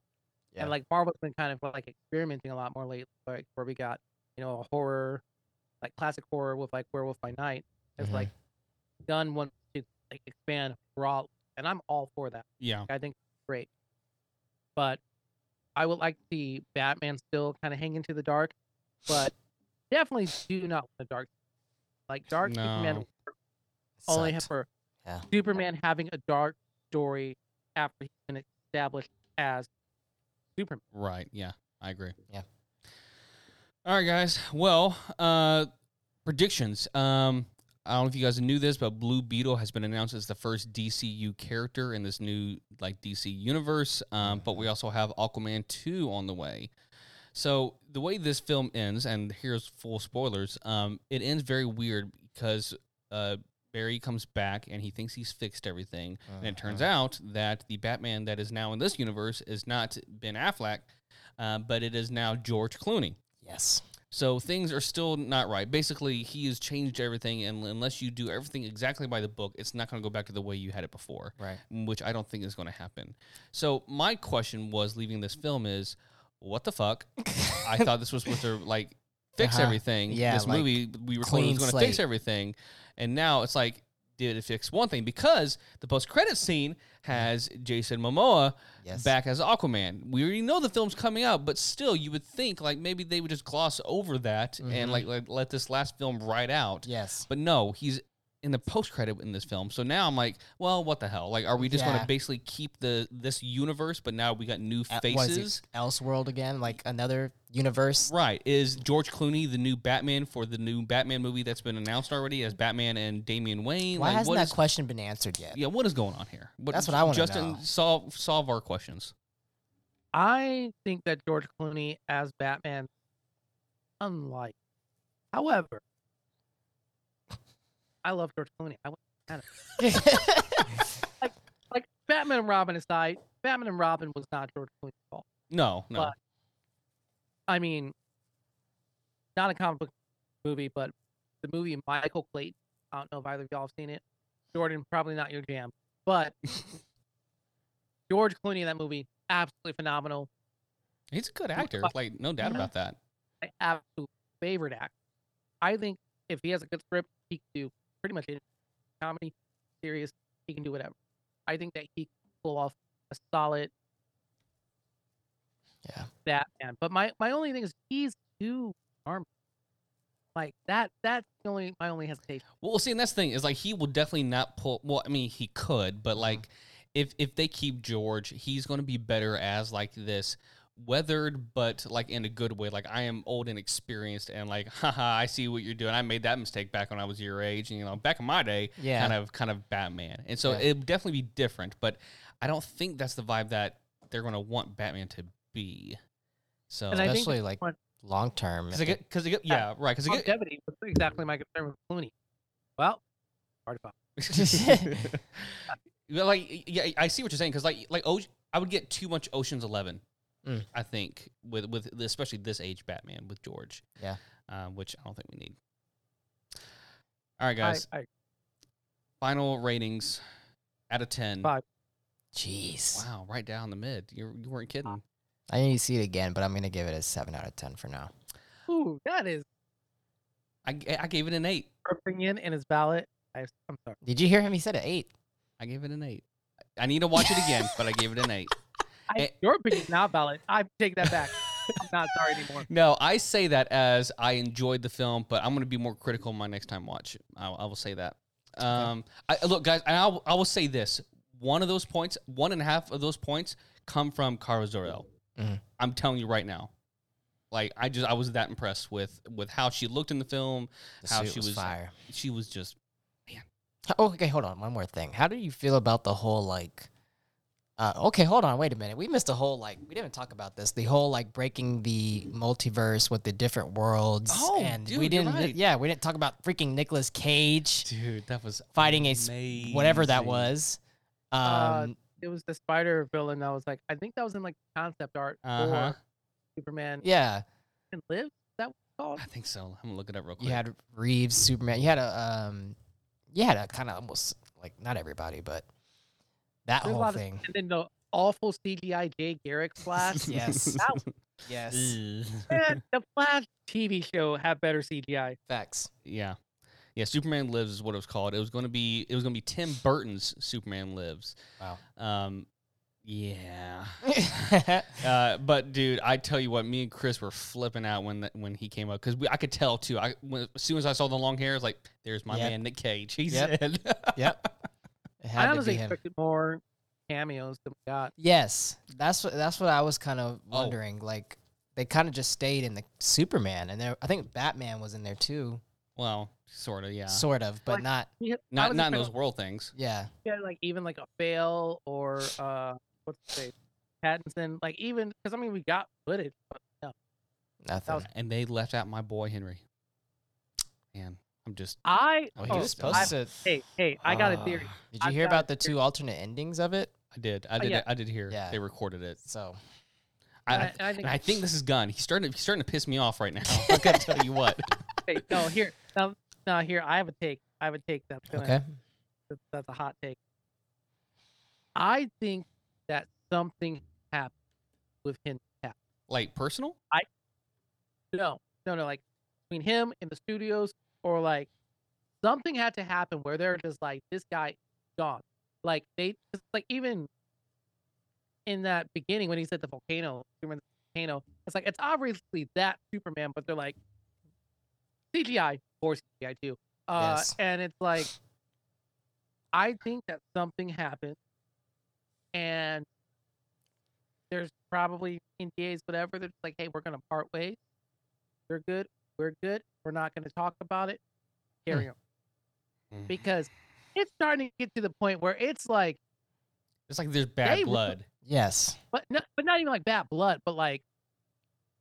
B: Yeah.
C: and like Marvel's been kind of like experimenting a lot more lately, like where we got you know a horror, like classic horror with like Werewolf by Night. It's
B: Mhm.
C: like done wants to like expand broadly, and I'm all for that.
A: Yeah.
C: I think it's great, but I would like to see Batman still kind of hang into the dark, but definitely do not want the dark. Like dark Superman
A: No.
C: would only have
B: Sucked.
C: for
B: Yeah.
C: Superman having a dark story after he's been established as Superman.
A: Right. Yeah. I agree.
B: Yeah.
A: All right, guys. Well, uh, predictions. Um, I don't know if you guys knew this, but Blue Beetle has been announced as the first DCU character in this new like DC universe. Um, but we also have Aquaman two on the way. So the way this film ends, and here's full spoilers. Um, it ends very weird because uh, Barry comes back and he thinks he's fixed everything, and
B: Uh-huh.
A: it turns out that the Batman that is now in this universe is not Ben Affleck, uh, but it is now George Clooney.
B: Yes.
A: So things are still not right. Basically, he has changed everything, and unless you do everything exactly by the book, it's not going to go back to the way you had it before
B: (laughs) Right.
A: which I don't think is going to happen. So my question was leaving this film is, what the fuck? I thought this was supposed to like
B: (laughs)
A: fix
B: Uh-huh.
A: everything.
B: Yeah,
A: this
B: like,
A: movie we were told it
B: clean
A: was going to fix
B: slate.
A: everything, and now it's like, did it fix one thing? Because the post credit scene has Jason Momoa
B: Yes.
A: back as Aquaman. We already know the film's coming out, but still, you would think like maybe they would just gloss over that and
B: Mhm.
A: like, like let this last film ride out.
B: Yes.
A: But no, he's in the post credit in this film. So now I'm like, well, what the hell? Like, are we just going
B: Yeah.
A: to basically keep the this universe, but now we got new
B: Uh, what is it,
A: faces?
B: Elseworld again, like another universe.
A: Right. Is George Clooney the new Batman for the new Batman movie that's been announced already as Batman and Damian Wayne?
B: Why
A: like,
B: hasn't
A: what
B: that
A: is-
B: question been answered (laughs) yet?
A: yeah, what is going on here? What,
B: That's what I wanna
A: Justin,
B: know.
A: solve solve our questions.
C: I think that George Clooney as Batman, unlike. However, I love George Clooney. I would- like Batman and Robin aside. Batman and Robin was not George Clooney's fault.
A: No, no.
C: But- I mean, not a comic book movie, but the movie Michael Clayton. I don't know if either of y'all have seen it. Jordan, probably not your jam, but George Clooney in that movie, absolutely phenomenal.
A: He's a good actor. Like, no doubt
B: Mhm.
A: about that.
C: My absolute favorite actor. I think if he has a good script, he can do pretty much anything. Comedy, serious, he can do whatever. I think that he can pull off a solid
B: Yeah.
C: Batman. But my my only thing is he's too armed. Like that. That's the only my only hesitation.
A: Well, see, and that's the thing is like he will definitely not pull. Well, I mean, he could, but like if if they keep George, he's going to be better as like this weathered, but like in a good way. Like I am old and experienced, and like, (laughs) haha, I see what you're doing. I made that mistake back when I was your age, and you know, back in my day,
B: Yeah.
A: kind of kind of Batman. And so
B: Yeah.
A: it would definitely be different, but I don't think that's the vibe that they're going to want Batman to be. So.
C: And I think
B: Especially like
C: one-
B: long term.
A: Cause it, get- cause it, get- yeah, right. Cause it, get-
C: Longevity was exactly my concern with Clooney. Well, hard to find.
A: (laughs)
C: (laughs)
A: But, like yeah, I see what you're saying because like like Oce- I would get too much Ocean's Eleven.
B: Mm.
A: I think with with especially this age Batman with George.
B: Yeah.
A: um, which I don't think we need. All right, guys.
C: I, I,
A: Final ratings out of ten.
C: Five.
B: Jeez.
A: Wow, right down the mid. You you weren't kidding.
B: I need to see it again, but I'm gonna give it a seven out of ten for now.
C: ooh, that is
A: I, g- I gave it an eight.
C: her opinion and his ballot. I, I'm sorry.
B: Did you hear him? He said an eight.
A: I gave it an eight. I need to watch it again, but I gave it an
C: (laughs)
A: eight.
C: I,
A: Eh.
C: your opinion's not valid. I take that
A: (laughs)
C: back. I'm not sorry anymore.
A: No, I say that as I enjoyed the film, but I'm going to be more critical my next time watch. I, I will say that. Um, I, look, guys, and I, will- I will say this: one of those points, one and a half of those points, come from Carlos Zorel.
B: Mhm.
A: I'm telling you right now. Like I just, I was that impressed with with how she looked in the film.
B: The
A: how
B: suit
A: she
B: was fire.
A: She was just
B: Oh, okay, hold on. One more thing. How do you feel about the whole like? Uh, okay, hold on. Wait a minute. We missed a whole like. We didn't talk about this. The whole like breaking the multiverse with the different worlds.
A: Oh,
B: and
A: dude,
B: we
A: you're
B: didn't.
A: right.
B: Yeah, we didn't talk about freaking Nicolas Cage
A: dude. That was
B: fighting a sp- whatever that was. Um,
C: Uh, It was the spider villain that was like, I think that was in like concept art
A: Uh huh.
C: for Superman
B: Uh-huh. yeah,
C: Can Live. Is that what it's called?
A: I think so. I'm gonna look it up real quick.
B: you had Reeves, Superman. You had a um, you had a kind of almost like not everybody, but that
C: There's a
B: whole
C: lot of- (laughs)
B: thing. (laughs)
C: And then the awful CGI Jay Garrick Flash.
B: yes. (laughs)
C: That was-
B: yes,
A: Ugh.
C: man, the Flash TV show had better CGI.
B: facts.
A: (laughs)
B: (laughs)
A: Yeah. Yeah, Superman Lives is what it was called. It was going to be it was going to be Tim Burton's Superman Lives.
B: Wow.
A: Um yeah. Uh, but dude, I tell you what, me and Chris were flipping out when that when he came up cuz I could tell too. I when, as soon as I saw the long hair, I was like, there's my
B: Yep.
A: man Nick Cage. He's
B: Yep.
A: in.
B: (laughs) Yep. It had
C: I
B: to be
C: honestly
B: him.
C: expected more cameos than we got.
B: Yes, that's what that's what I was kind of wondering. Like they kind of just stayed in the Superman, and there I think Batman was in there too,
A: (laughs) well, sort of, yeah.
B: sort of, but
C: Like-
B: not.
C: We had- I
A: not
C: was
A: not in those
C: expecting
A: world things.
B: Yeah,
C: yeah, like even like a fail or uh what's the face Pattinson, like even because I mean we got footage, but no.
B: nothing.
C: was-
A: And they left out my boy Henry. Man, I'm just
C: I
B: well, he
C: oh,
B: was supposed
C: I-
B: to.
C: hey hey I got a theory.
A: Ah,
B: Did you
C: I've
B: hear
C: got a
B: about the two alternate endings of it?
A: I did. I did
C: yeah.
A: I did hear.
B: Yeah.
A: They recorded it.
B: So
A: I,
C: and I, I think
A: And I think this is Gunn. He's starting. He's starting to piss me off right
C: (laughs)
A: now. I gotta tell you what.
C: hey, no here no, no here I have a take I have a take that's gonna
B: okay,
C: that's, that's a hot take. I think that something happened with him.
A: Like personal?
C: No, no, no. Like between him and the studios, or like something had to happen where they're just like, this guy gone. Like they, 'cause, like even in that beginning when he's at the volcano, Superman's volcano, it's like it's obviously that Superman, but they're like CGI or CGI too. Uh,
B: Yes.
C: And it's like I think that something happened, and there's probably NDAs, whatever. They're just like, hey, we're gonna part ways. You're good. We're good. We're not gonna talk about it. Carry on
B: Mm-hmm.
A: Mm.
C: because it's starting to get to the point where it's like,
A: It's like there's bad
C: They were-
A: blood.
B: yes,
C: but not, but not even like bad blood, but like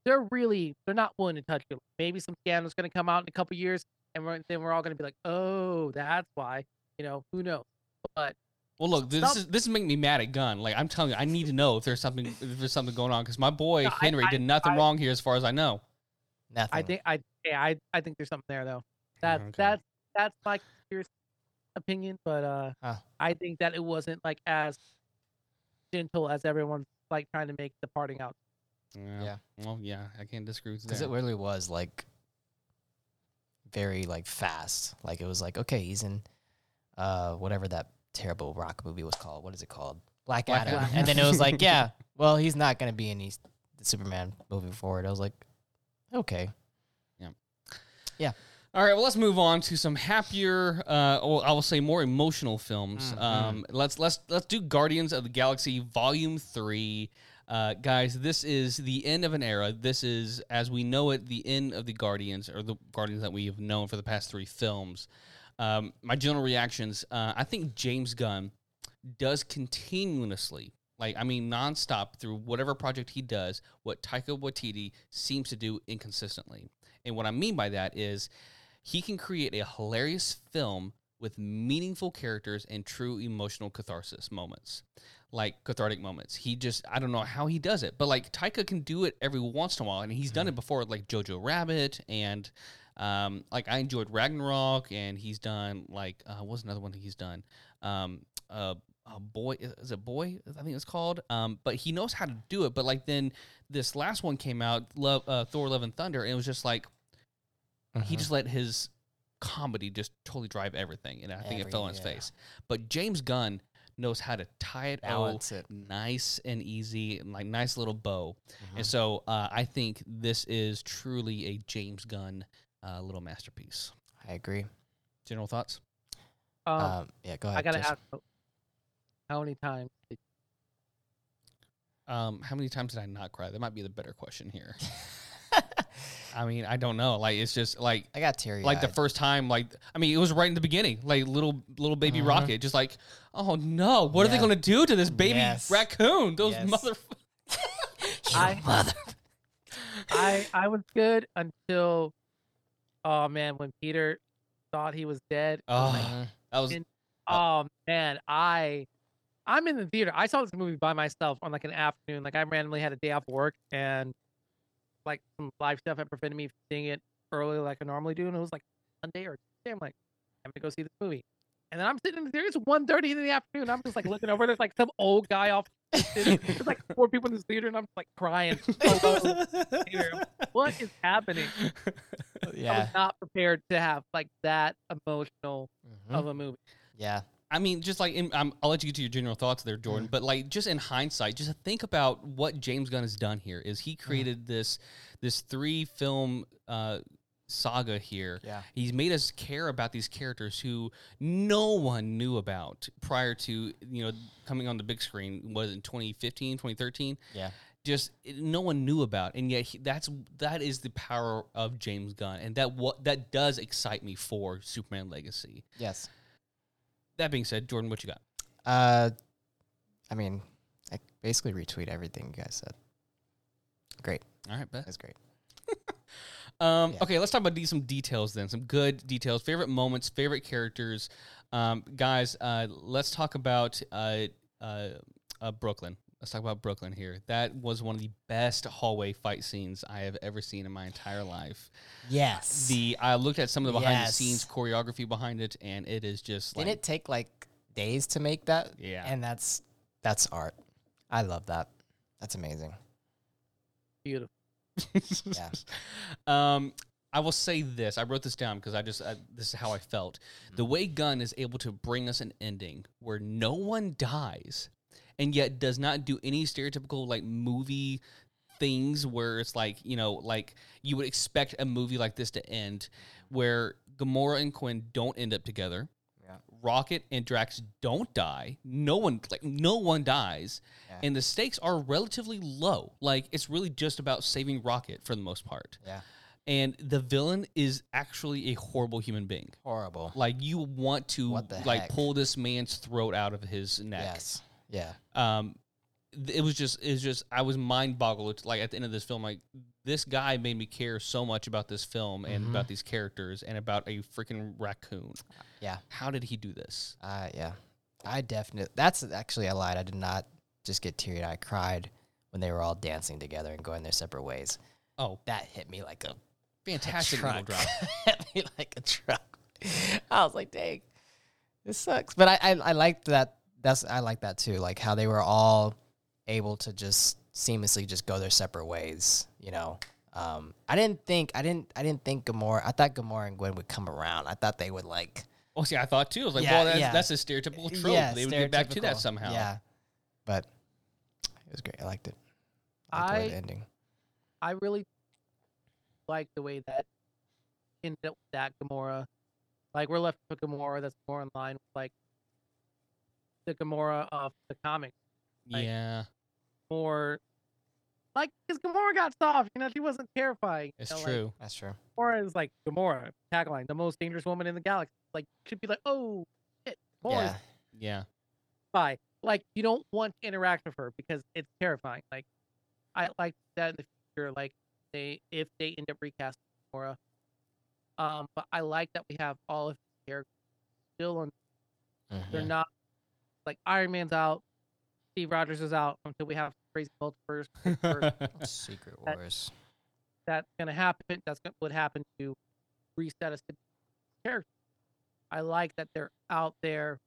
C: they're really they're not willing to touch you. Maybe some scandal's going to come out in a couple years, and we're, then we're all going to be like, oh, that's why. You know, who knows? But
A: Well, look, this
C: Some-
A: is this is making me mad at Gunn. Like I'm telling you, I need to know if there's something if there's something going on because my boy
C: No, I-
A: Henry
C: I-
A: did nothing
C: I-
A: wrong here, as far as I know.
B: nothing.
C: I think I yeah, I I think there's something there though. That's
A: okay.
C: that's that's my conspiracy opinion, but uh,
B: Huh.
C: I think that it wasn't like as gentle as everyone's like trying to make the parting out.
A: Yeah.
B: Yeah.
A: Well, yeah, I can't disagree with
B: because
A: that.
B: it really was like very like fast. Like it was like okay, he's in uh whatever that terrible rock movie was called. What is it called? Black,
A: Black
B: Adam.
A: Adam.
B: And then it was like, yeah, well, he's not gonna be in these the Superman movie forward. I was like, okay,
A: All right, well, let's move on to some happier, uh, well, I will say more emotional films. Um, let's let's let's do Guardians of the Galaxy Volume Three, uh, guys. This is the end of an era. This is, as we know it, the end of the Guardians or the Guardians that we have known for the past three films. Um, my general reactions: uh, I think James Gunn does continuously, like I mean, nonstop through whatever project he does, what Taika Waititi seems to do inconsistently. And what I mean by that is he can create a hilarious film with meaningful characters and true emotional catharsis moments, like cathartic moments. He just, I don't know how he does it, but like Taika can do it every once in a while. And he's done it before, like Jojo Rabbit. And um, like I enjoyed Ragnarok. And he's done, like, uh, what's another one he's done? Um, uh, a boy is it boy i think it's called um but he knows how to do it but like then this last one came out love uh, thor love and thunder and it was just like he just let his comedy just totally drive everything and i think it
B: Every-
A: fell on his
B: yeah.
A: face but james gunn knows how to tie it out
B: balance it.
A: nice and easy and like nice little bow and so uh, i think this is truly a james gunn uh, little masterpiece
B: I agree.
A: general thoughts
C: Um,
B: um, yeah, go ahead.
C: I gotta
B: Jason.
C: ask, how many times? Did,
A: um, how many times did i not cry that might be the better question here i mean i don't know like it's just like
B: I got teary.
A: like the first time like i mean it was right in the beginning like little little baby
B: Mhm.
A: rocket just like oh no what are they
B: Yeah.
A: gonna do to this baby
B: Yes.
A: raccoon those
B: Yes.
A: mother
C: I-
B: mother.
C: I I was good until, oh man, when Peter thought he was dead.
A: (laughs) oh that was
C: And- Oh man, I I'm in the theater. I saw this movie by myself on like an afternoon. Like I randomly had a day off work and like some live stuff had prevented me from seeing it early like I normally do. And it was like Monday or Tuesday. I'm like, I'm gonna go see this movie. And then I'm sitting in the theater, it's 1.30 in the afternoon. I'm just like looking over, there's like some old guy off. There's like four people in this theater, and I'm just like crying. alone in the theater. What is happening? I
B: yeah.
C: was not prepared to have like that emotional
B: Mhm.
A: Mm-hmm.
C: of a movie.
B: Yeah.
A: I mean, just like in, um, I'll let you get to your general thoughts there,
B: Mm.
A: Jordan. But like, just in hindsight, just think about what James Gunn has done here. Is
B: Mm-hmm.
A: he created this this three film uh, saga here?
B: Yeah.
A: he's made us care about these characters who no one knew about prior to you know coming on the big screen. Was in 2015, 2013?
B: Yeah.
A: just it- no one knew about and yet he, that's that is the power of James Gunn and that what that does excite me for Superman Legacy.
B: Yes.
A: That being said, Jordan, what you got?
B: Uh, I mean, I basically retweet everything you guys said. Great.
A: All right, Beth.
B: That's great.
A: Um,
B: Yeah.
A: Okay, let's talk about de- some details then. Some good details, favorite moments, favorite characters. Um, guys, uh, let's talk about uh, uh, uh, Brooklyn. Let's talk about Brooklyn here. That was one of the best hallway fight scenes I have ever seen in my entire life.
B: Yes.
A: The I looked at some of the behind the scenes
B: Yes.
A: choreography behind it, and it is just like
B: Didn't it take like days to make that?
A: yeah.
B: And that's that's art. I love that. That's amazing.
C: Beautiful.
B: Yeah.
A: Um, I will say this. I wrote this down because I just I, this is how I felt. The way Gunn is able to bring us an ending where no one dies, and yet does not do any stereotypical like movie things where it's like you know like you would expect a movie like this to end where Gamora and Quinn don't end up together.
B: Yeah.
A: Rocket and Drax don't die. No one like no one dies,
B: Yeah.
A: and the stakes are relatively low. Like it's really just about saving Rocket for the most part.
B: Yeah.
A: And the villain is actually a horrible human being.
B: Horrible.
A: Like you want to
B: What the
A: like
B: heck?
A: pull this man's throat out of his neck
B: Yes. Yeah.
A: um th- it was just it was just i was mind boggled like at the end of this film like this guy made me care so much about this film and
B: Mhm.
A: about these characters and about a freaking raccoon
B: Yeah.
A: how did he do this
B: Uh, yeah. I definitely. That's actually I lied. I did not just get teary. I cried when they were all dancing together and going their separate ways.
A: oh
B: That hit me like a
A: fantastic little
B: truck. (laughs)
A: drop
B: hit me like a truck. I was like, dang, this sucks. But I, I, I liked that. That's I like that too. Like how they were all able to just seamlessly just go their separate ways. You know, um, I didn't think I didn't I didn't think Gamora. I thought Gamora and Gwen would come around. I thought they would like
A: oh see i thought too i was like
B: Yeah,
A: well that's,
B: yeah.
A: that's a stereotypical trope they would get back to that
B: stereotypical.
A: somehow
B: Yeah, but it was great. I liked it. Like the way
C: I-
B: the ending.
C: I really like the way that ended up with that Gamora. Like we're left with Gamora that's more in line with like the Gamora of the comics. Like-
A: yeah,
C: More like because Gamora got soft, you know, she wasn't terrifying. you
A: it's
C: know, like,
A: true.
B: That's true.
C: Gamora is like Gamora tagline, the most dangerous woman in the galaxy. Like should be like, oh shit, Gamora's
B: Yeah.
C: (laughs)
A: yeah,
C: by. Like you don't want to interact with her because it's terrifying. Like I like that in the future. Like they if they end up recasting Gamora. Um, but I like that we have all of the characters still on. They're
B: Mhm.
C: not like Iron Man's out, Steve Rogers is out until we have crazy multiverse.
A: (laughs)
C: or
B: Secret
C: That-
B: Wars.
C: That's gonna happen. That's gonna, what happened to reset us to characters. I like that they're out there.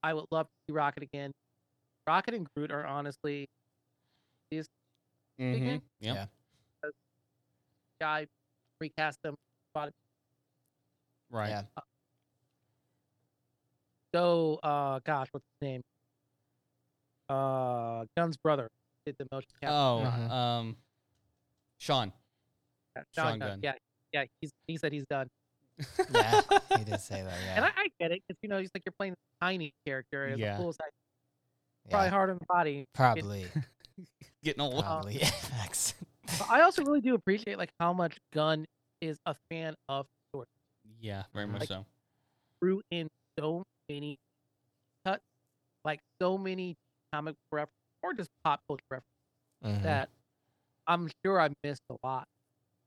C: I would love to see Rocket again. Rocket and Groot are honestly Mm-hmm.
A: Mhm. Yep.
B: Yeah.
C: guy recast them.
A: Right.
B: Yeah.
C: So, uh, gosh, what's his name? Uh, Gunn's brother did the motion capture.
A: Oh,
C: Mm-hmm.
B: Mhm.
A: um, Sean.
C: John
A: Sean Gunn.
C: Yeah, yeah. He's he said he's done,
B: (laughs) Yeah, He did
C: (laughs)
B: say that. Yeah.
C: and I, I get it because you know he's like you're playing a tiny character. It's
A: Yeah.
C: a cool size,
B: yeah.
C: probably hard on the body.
B: Probably. (laughs)
A: Getting old.
B: Probably. (laughs) Facts.
C: But I also really do appreciate like how much Gunn is a fan of
A: Yeah, very
B: Mhm.
A: much
C: Like-
A: so.
C: threw in so many cuts, like so many comic references or just pop culture references.
A: Mm-hmm.
B: Mhm.
C: that I'm sure I missed a lot.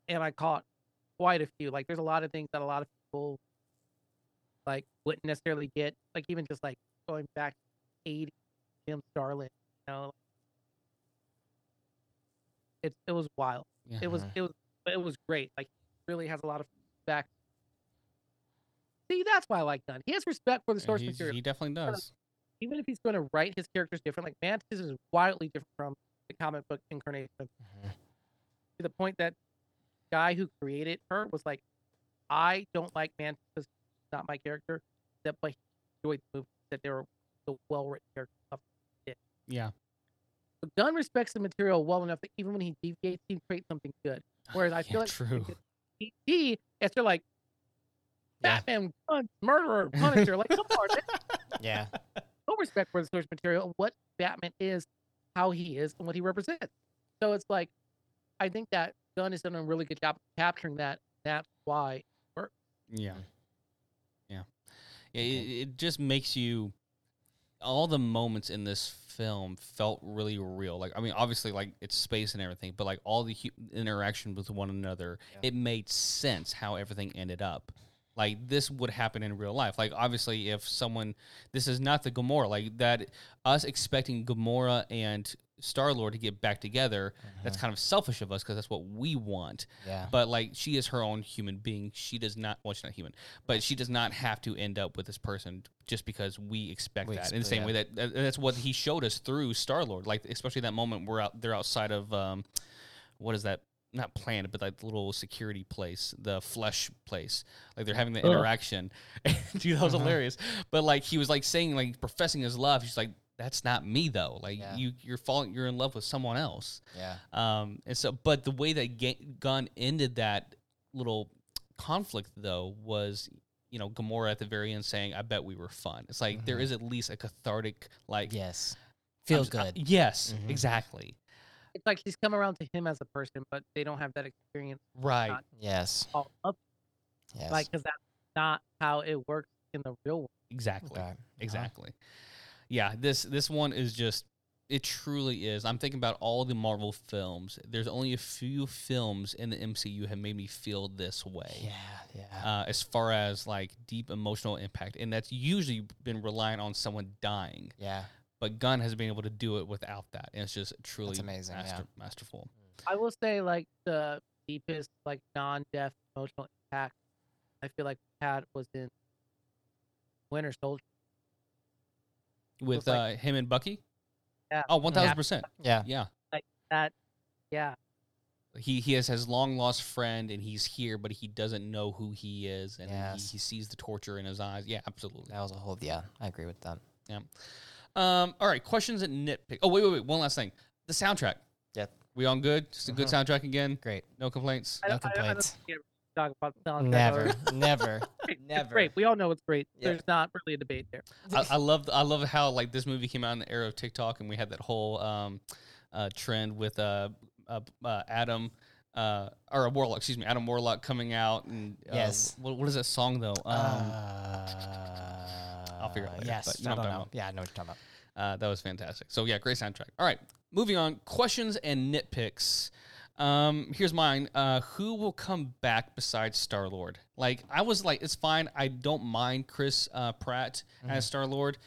C: And I caught quite a few. Like there's a lot of things that a lot of people like wouldn't necessarily get. Like even just like going back eighty Jim Starlin, you know. It it was wild.
A: Yeah.
C: It was it was but it was great. Like really has a lot of back. See, that's why I like Dunn. He has respect for the
A: Yeah,
C: source
A: he's-
C: material
A: He definitely
C: of
A: does.
C: even if he's going to write his characters different, like Mantis is wildly different from the comic book incarnation.
A: Mm-hmm.
B: Mhm.
C: To the point that guy who created her was like, I don't like Mantis because it's not my character, that but he enjoyed the movie that they were the well written character. Stuff.
A: Yeah.
C: But Gunn respects the material well enough that even when he deviates, he creates something good. Whereas I
A: Yeah,
C: feel like
A: true.
C: DC, it's they're like
B: Yeah.
C: Batman, gun, murderer, Punisher. like, come on,
B: Yeah.
C: no respect for the source material and what Batman is, how he is, and what he represents. So it's like, I think that Gunn has done a really good job of capturing that. That's why.
A: Yeah. Yeah. Yeah.
B: Okay.
A: It, it just makes you. All the moments in this film felt really real. Like, I mean, obviously, like it's space and everything, but like all the hu- interaction with one another,
B: Yeah.
A: it made sense how everything ended up. Like this would happen in real life. Like obviously, if someone, this is not the Gamora. Like that, us expecting Gamora and Star Lord to get back together, that's
B: Uh-huh.
A: kind of selfish of us because that's what we want
B: Mhm. yeah.
A: but like she is her own human being. She does not well, she's not human, but she does not have to end up with this person just because we expect
B: We
A: that. in the
B: expect-
A: same
B: yeah.
A: way that that- that's what he showed us through Star Lord, like especially that moment where out they're outside of um, what is that? Not planet, but like the little security place, the flesh place. Like they're having the
C: Ugh.
A: interaction. (laughs) Dude, that was
B: Uh-huh.
A: hilarious. But like he was like saying, like professing his love. He's like, "That's not me, though. Like
B: Yeah.
A: you, you're falling, you're in love with someone else."
B: Yeah.
A: Um, and so, but the way that Ga- Gunn ended that little conflict, though, was you know Gamora at the very end saying, "I bet we were fun." It's like there
B: Mhm.
A: is at least a cathartic, like
B: Yes.
A: I'm
B: Feel
A: s- I-
B: good.
A: yes,
B: Mhm.
A: exactly.
C: It's like she's come around to him as a person, but they don't have that experience
A: Right.
C: Not-
B: yes.
C: all up,
B: Yes.
C: like because that's not how it works in the real world.
A: Exactly.
B: Okay.
C: uh,
A: Exactly. Yeah. This this one is just it truly is. I'm thinking about all the Marvel films. There's only a few films in the MCU have made me feel this way.
B: Yeah. Yeah.
A: uh, as far as like deep emotional impact, and that's usually been reliant on someone dying.
B: yeah.
A: But Gunn has been able to do it without that, and it's just truly
B: amazing, yeah. Mm.
A: master- masterful.
C: I will say, like the deepest, like non-death emotional impact I feel like we had was in Winter Soldier.
A: With uh,
C: like-
A: him and Bucky,
C: Yeah.
A: oh, one thousand percent,
B: Yeah.
A: yeah.
C: That, yeah,
A: He he has his long lost friend, and he's here, but he doesn't know who he is, and he,
B: Yes.
A: he sees the torture in his eyes. Yeah, absolutely.
B: That was a whole. Yeah. I agree with that.
A: Um, all right, questions and nitpick. Oh wait, wait, wait. One last thing. The soundtrack.
B: Yep.
A: We on good? Just a good soundtrack again.
B: Great.
A: No complaints.
C: I
B: No
C: don't- I don't- I don't
B: complaints.
C: think anybody should talk about the soundtrack
B: Never,
C: already.
B: (laughs) never,
C: Great. It's
B: never.
C: great. We all know it's great.
B: Yeah.
C: There's not really a debate there.
A: I, I love I love how like this movie came out in the era of TikTok, and we had that whole um, uh, trend with uh, uh, uh, Adam uh, or Warlock, excuse me, Adam Warlock coming out and uh,
B: Yes.
A: what, what is that song though? (laughs) Um,
B: uh,
A: I'll figure it out later,
B: Yes,
A: but you know
B: I
A: what I'm talking
B: don't know.
A: about.
B: Yeah, I know what you're talking about.
A: uh, that was fantastic. So yeah, great soundtrack. All right, moving on. Questions and nitpicks. Um, here's mine. Uh, who will come back besides Star Lord? Like I was like, it's fine. I don't mind Chris uh, Pratt
B: Mm-hmm.
A: as Star Lord,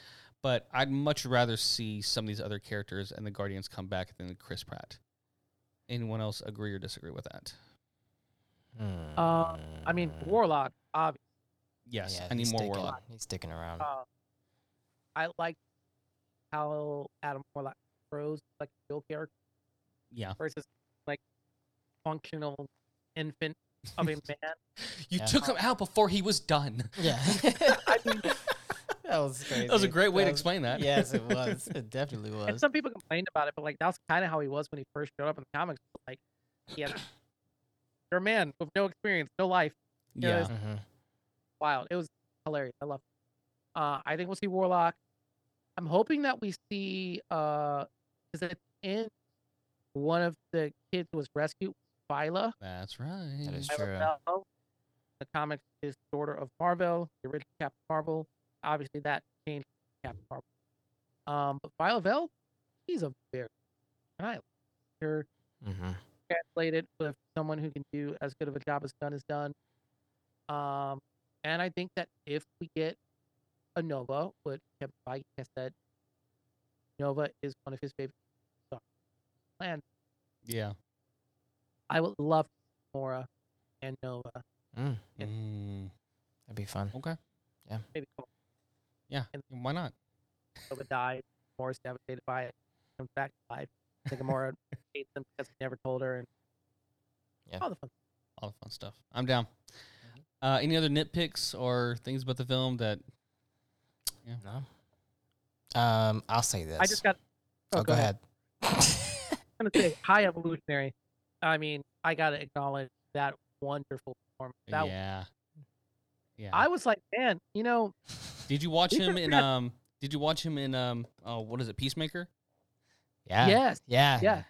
A: but I'd much rather see some of these other characters and the Guardians come back than Chris Pratt. Anyone else agree or disagree with that? Hmm.
C: Um, I mean,
B: Mm.
C: Warlock, obviously.
A: Yes,
B: Yeah,
A: I need
B: he's
A: more
B: sticking-
A: Warlock.
B: He's sticking around.
C: Uh, I like how Adam Warlock grows like a real character
A: Yeah,
B: (laughs)
C: versus like functional infant of a
B: (laughs)
C: man.
A: you
B: Yeah.
A: took him out before he was done.
B: yeah,
C: I mean,
B: (laughs) that was crazy.
A: (laughs) That was a great way to
B: was-
A: explain that.
B: Yes, it was. It definitely
C: and
B: was.
C: some people complained about it, but like that's kind of how he was when he first showed up in the comics. Like, he had you're a man with no experience, no life.
A: (laughs) yeah.
B: Mhm.
C: wild. It was hilarious. I love it. Uh, I think we'll see Warlock. I'm hoping that we see because at the end, one of the kids was rescued, Phyla.
A: That's right.
B: That is
C: Phyla
B: true.
C: Bell. The comics is daughter of Marvel, the original Captain Marvel. Obviously, that changed Captain Marvel. Um, but Phyla Bell, she's a very, and I like her
B: Mhm.
C: translate it with someone who can do as good of a job as Gunn has done. Um, and I think that if we get a Nova, what Kevin Feige has said, Nova is one of his favorite stars. And
A: Yeah.
C: I would love Mora and Nova.
B: Mm,
C: Yeah.
A: Mm,
B: that'd be fun.
A: okay.
C: Maybe come
A: Yeah.
C: And-
A: Why not?
C: on, Nova died. Mora's devastated by it. Comes back to life. I think Mora
B: (laughs)
C: hates him because he never told her. And
B: Yeah.
C: all the fun.
A: All the fun stuff. I'm down.
C: Mm-hmm.
A: Uh, any other nitpicks or things about the film that?
B: No. Um, I'll say this.
C: I just got.
B: Oh, go ahead.
C: I'm gonna say high evolutionary. I mean, I gotta acknowledge that wonderful performance. That
A: yeah. Yeah.
C: I was like, man, you know,
A: did you watch
C: we
A: him
C: just
A: in
C: got-
A: um? Did you watch him in um? Oh, what is it? Peacemaker.
B: yeah.
C: yes,
B: Yeah.
C: yeah.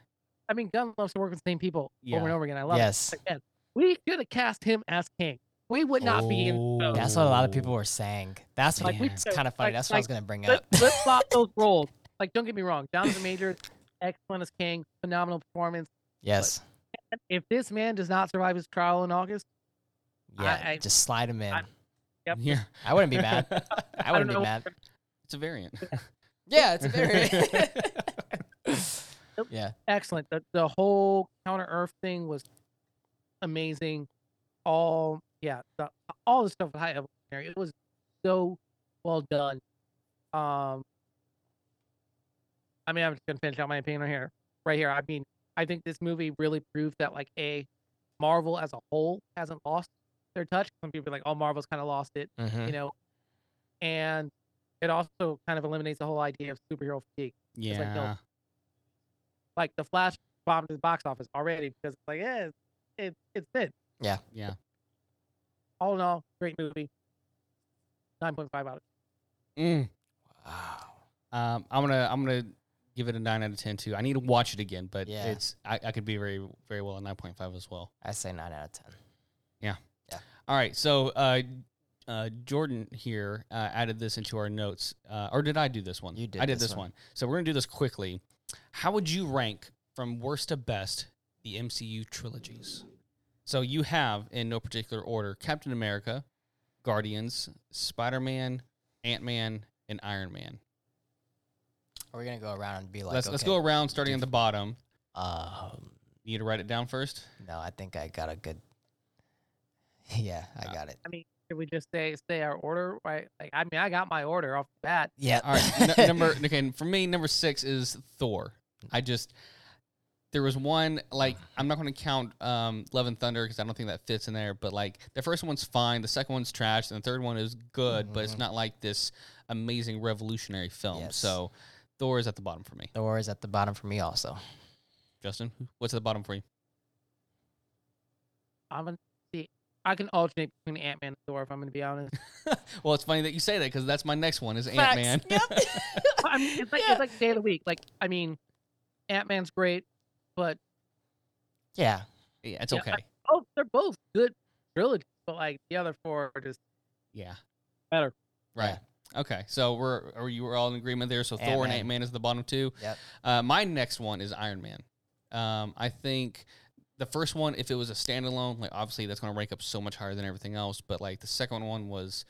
C: I mean, Gunn loves to work with the same people over
A: Yeah.
C: and over again. I love
B: Yes.
C: it. It's like, man, we should have cast him as king. We would not be in.
A: Oh.
C: the show.
B: That's what a lot of people were saying. That's what
A: Like, we
B: it's
C: should-
B: kind of funny.
C: like-
B: That's what I was
C: like,
B: gonna bring
C: Let,
B: up. (laughs)
C: let's swap those roles. Like, don't get me wrong. Jonathan Majors, excellent as king, phenomenal performance.
B: yes.
C: And if this man does not survive his trial in August, I-
B: Yeah.
C: I-
B: just slide him in. I,
C: I- Yep. (laughs)
A: Yeah.
B: wouldn't be mad. I
C: I don't
B: wouldn't
C: know.
B: be mad.
A: (laughs) It's a variant.
B: Yeah, it's very. (laughs)
C: Nope.
B: yeah.
C: excellent. The the whole counter Earth thing was amazing. All yeah, the, all the stuff with high evolutionary. It was so well done. Um, I mean, I'm just gonna finish out my opinion right here. Right here. I mean, I think this movie really proved that like a Marvel as a whole hasn't lost their touch. Some people are like, oh, Marvel's kind of lost it
B: Mhm.
A: Mm-hmm.
C: you know and it also kind of eliminates the whole idea of superhero fatigue
A: yeah.
C: like, no. like the flash bombed the box office already because it's like yeah it's it, it's it
A: yeah.
C: all in all great movie 9.5 out of
A: Mm.
B: Wow.
A: Um, I'm gonna I'm gonna give it a nine out of ten too. I need to watch it again, but
B: Yeah.
A: it's I, I could be very very well a nine point five as well.
B: I say nine out of ten.
A: All right, so uh, uh, Jordan here uh, added this into our notes, uh, or did I do this one?
B: You did
A: I did
B: this
A: this one.
B: one.
A: So we're gonna do this quickly. How would you rank from worst to best the MCU trilogies? So you have, in no particular order, Captain America, Guardians, Spider Man, Ant Man, and Iron Man.
B: Are we gonna go around and be like?
A: let's
B: okay,
A: let's go around starting at the bottom.
B: Um,
A: You need to write it down first.
B: no, I think I got a good. (laughs) Yeah, I
A: Uh,
B: got it.
C: can we just say say our order right like i mean i got my order off the bat
B: Yeah.
A: All right.
B: (laughs)
A: n- number okay, for me, number six is Thor. I just there was one like I'm not going to count um, Love and Thunder because I don't think that fits in there. But like the first one's fine, the second one's trash, and the third one is good, but it's
B: Mhm.
A: not like this amazing revolutionary film.
B: Yes.
A: So Thor is at the bottom for me.
B: Thor is at the bottom for me also.
A: Justin, what's at the bottom for you? (laughs)
C: I'm gonna see. I can alternate between Ant Man and Thor if I'm gonna be honest. (laughs)
A: well, it's funny that you say that because that's my next one is Ant Man. (laughs)
F: Yep.
C: I mean, it's like
F: Yeah.
C: it's like day of the week. Like I mean, Ant Man's great, but
B: Yeah.
A: yeah, it's
C: Yeah,
A: okay.
C: oh, they're both good trilogies. But like the other four are just
A: Yeah.
C: Better.
A: Right. Okay. So we're are you were all in agreement there. So Thor and
B: Ant-Man.
A: Ant Man is the bottom two.
B: Yep.
A: Uh, my next one is Iron Man. Um, I think the first one, if it was a standalone, like obviously that's going to rank up so much higher than everything else. But like the second one was,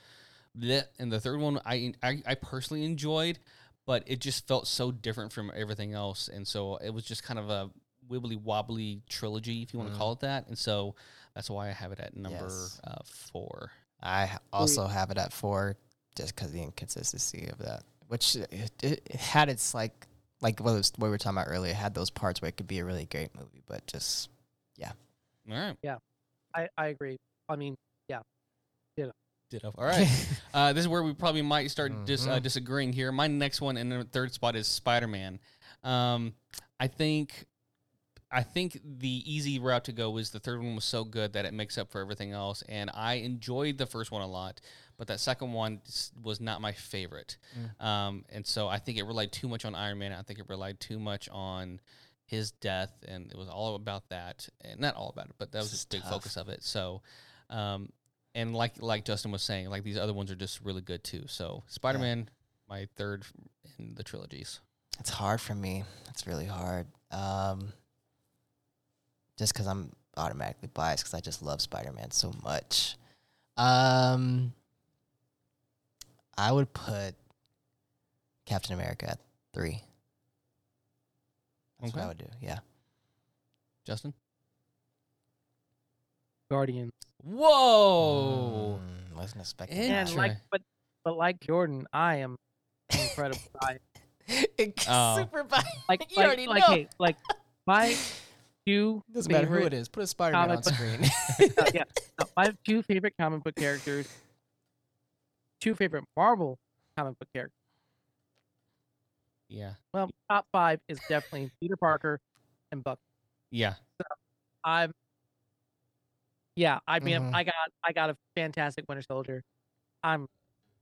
A: bleh, and the third one I I, I personally enjoyed, but it just felt so different from everything else, and so it was just kind of a wibbly wobbly trilogy, if you want to
B: Mm.
A: call it that. And so that's why I have it at number
B: Yes.
A: uh, four.
B: I h- also have it at four just because the inconsistency of that, which it, it, it had its like like what, was, what we were talking about earlier. It had those parts where it could be a really great movie, but just
A: All right.
C: I I agree. I mean,
A: Ditto. All right. Uh, this is where we probably might start dis- uh,
B: Mhm.
A: disagreeing here. My next one and the third spot is Spider Man. Um, I think, I think the easy route to go was the third one was so good that it makes up for everything else, and I enjoyed the first one a lot, but that second one s- was not my favorite.
B: Mm.
A: Um, and so I think it relied too much on Iron Man. I think it relied too much on his death, and it was all about that, and not all about it, but that
B: This
A: was
B: is
A: a big
B: tough.
A: focus of it. So. Um, and like like Justin was saying, like these other ones are just really good too. So Spider Man, my third in the trilogies.
B: it's hard for me. It's really hard. Um, just because I'm automatically biased because I just love Spider Man so much. Um, I would put Captain America at three. That's what
A: Okay.
B: I would do. Yeah.
A: Justin.
C: Guardians.
A: Whoa.
B: Mm, wasn't expecting
A: Yeah,
B: that. (laughs)
C: And like,
A: Sure.
C: but but like Jordan, I am incredible. biased.
B: It's
A: Oh.
B: super biased.
C: Like
B: (laughs) You
C: like
B: already
C: like
B: know.
C: hey, like my two
B: Doesn't matter who
C: favorite-
B: it is. Put a Spider Man on
C: comic book-
B: screen. (laughs)
C: uh, yeah. (laughs) No, I have two favorite comic book characters. Two favorite Marvel comic book characters.
A: Yeah.
C: Well, top five is definitely Peter Parker and Buck.
A: Yeah.
C: I'm. Yeah, I mean,
B: Mhm.
C: I got I got a fantastic Winter Soldier. I'm,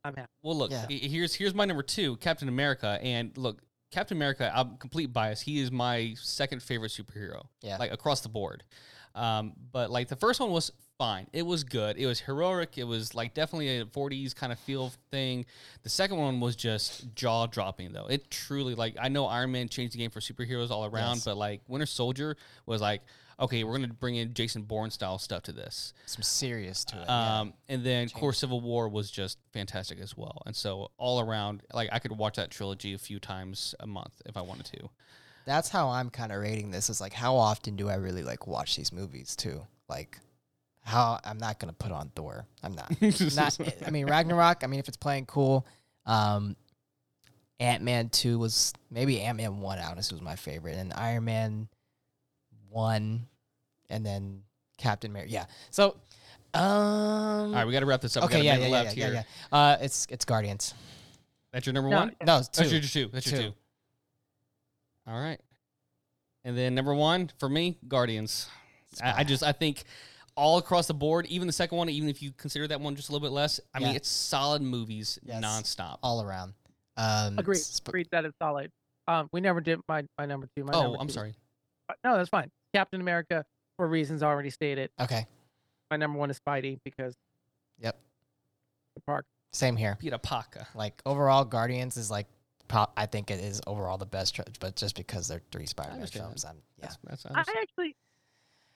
C: I'm happy.
A: Well, look.
B: Yeah.
A: he- Here's here's my number two, Captain America. And look, Captain America. I'm complete bias. He is my second favorite superhero.
B: Yeah.
A: Like across the board. Um, but like the first one was fine. It was good. It was heroic. It was like definitely a 40s kind of feel thing. The second one was just jaw dropping though. It truly like I know Iron Man changed the game for superheroes all around,
B: Yes.
A: but like Winter Soldier was like, okay, we're gonna bring in Jason Bourne style stuff to this.
B: Some serious to it. yeah.
A: Um, and then
B: Change.
A: Core Civil War was just fantastic as well. And so all around, like I could watch that trilogy a few times a month if I wanted
B: Mm.
A: to.
B: That's how I'm kind of rating this. Is like how often do I really like watch these movies too? Like how I'm not gonna put on Thor.
A: (laughs)
B: I'm not. not I mean Ragnarok. I mean if it's playing cool. Um, Ant Man two was maybe Ant Man one. Honestly, was my favorite, and Iron Man one, and then Captain America. Yeah. So, um.
A: all right, we got to wrap this up.
B: okay.
A: we
B: Yeah.
A: got a
B: Yeah.
A: minute
B: Yeah.
A: left
B: Yeah.
A: here.
B: yeah, yeah. Uh, it's it's Guardians.
A: That's your number
C: No,
A: one.
B: No, it's two.
A: That's your two. That's your
B: Two.
A: two. All right. And then number one for me, Guardians. I, I just I think all across the board, even the second one, even if you consider that one just a little bit less, I mean
B: Yeah.
A: it's solid movies
B: Yes.
A: nonstop.
B: all around. Um,
C: Agreed.
B: sp-
C: Agreed that it's solid. Um, we never did my, my number two. My
A: oh,
C: number
A: I'm
C: two-
A: sorry.
C: uh, No, that's fine. Captain America, for reasons already stated.
B: Okay.
C: My number one is Spidey because.
B: Yep.
C: The park.
B: Same here.
A: Peter Parker.
B: Like overall, Guardians is like, pro- I think it is overall the best, tr- but just because they're three Spider-Man
A: understand
B: films, I'm yeah.
A: That's, that's
C: I actually,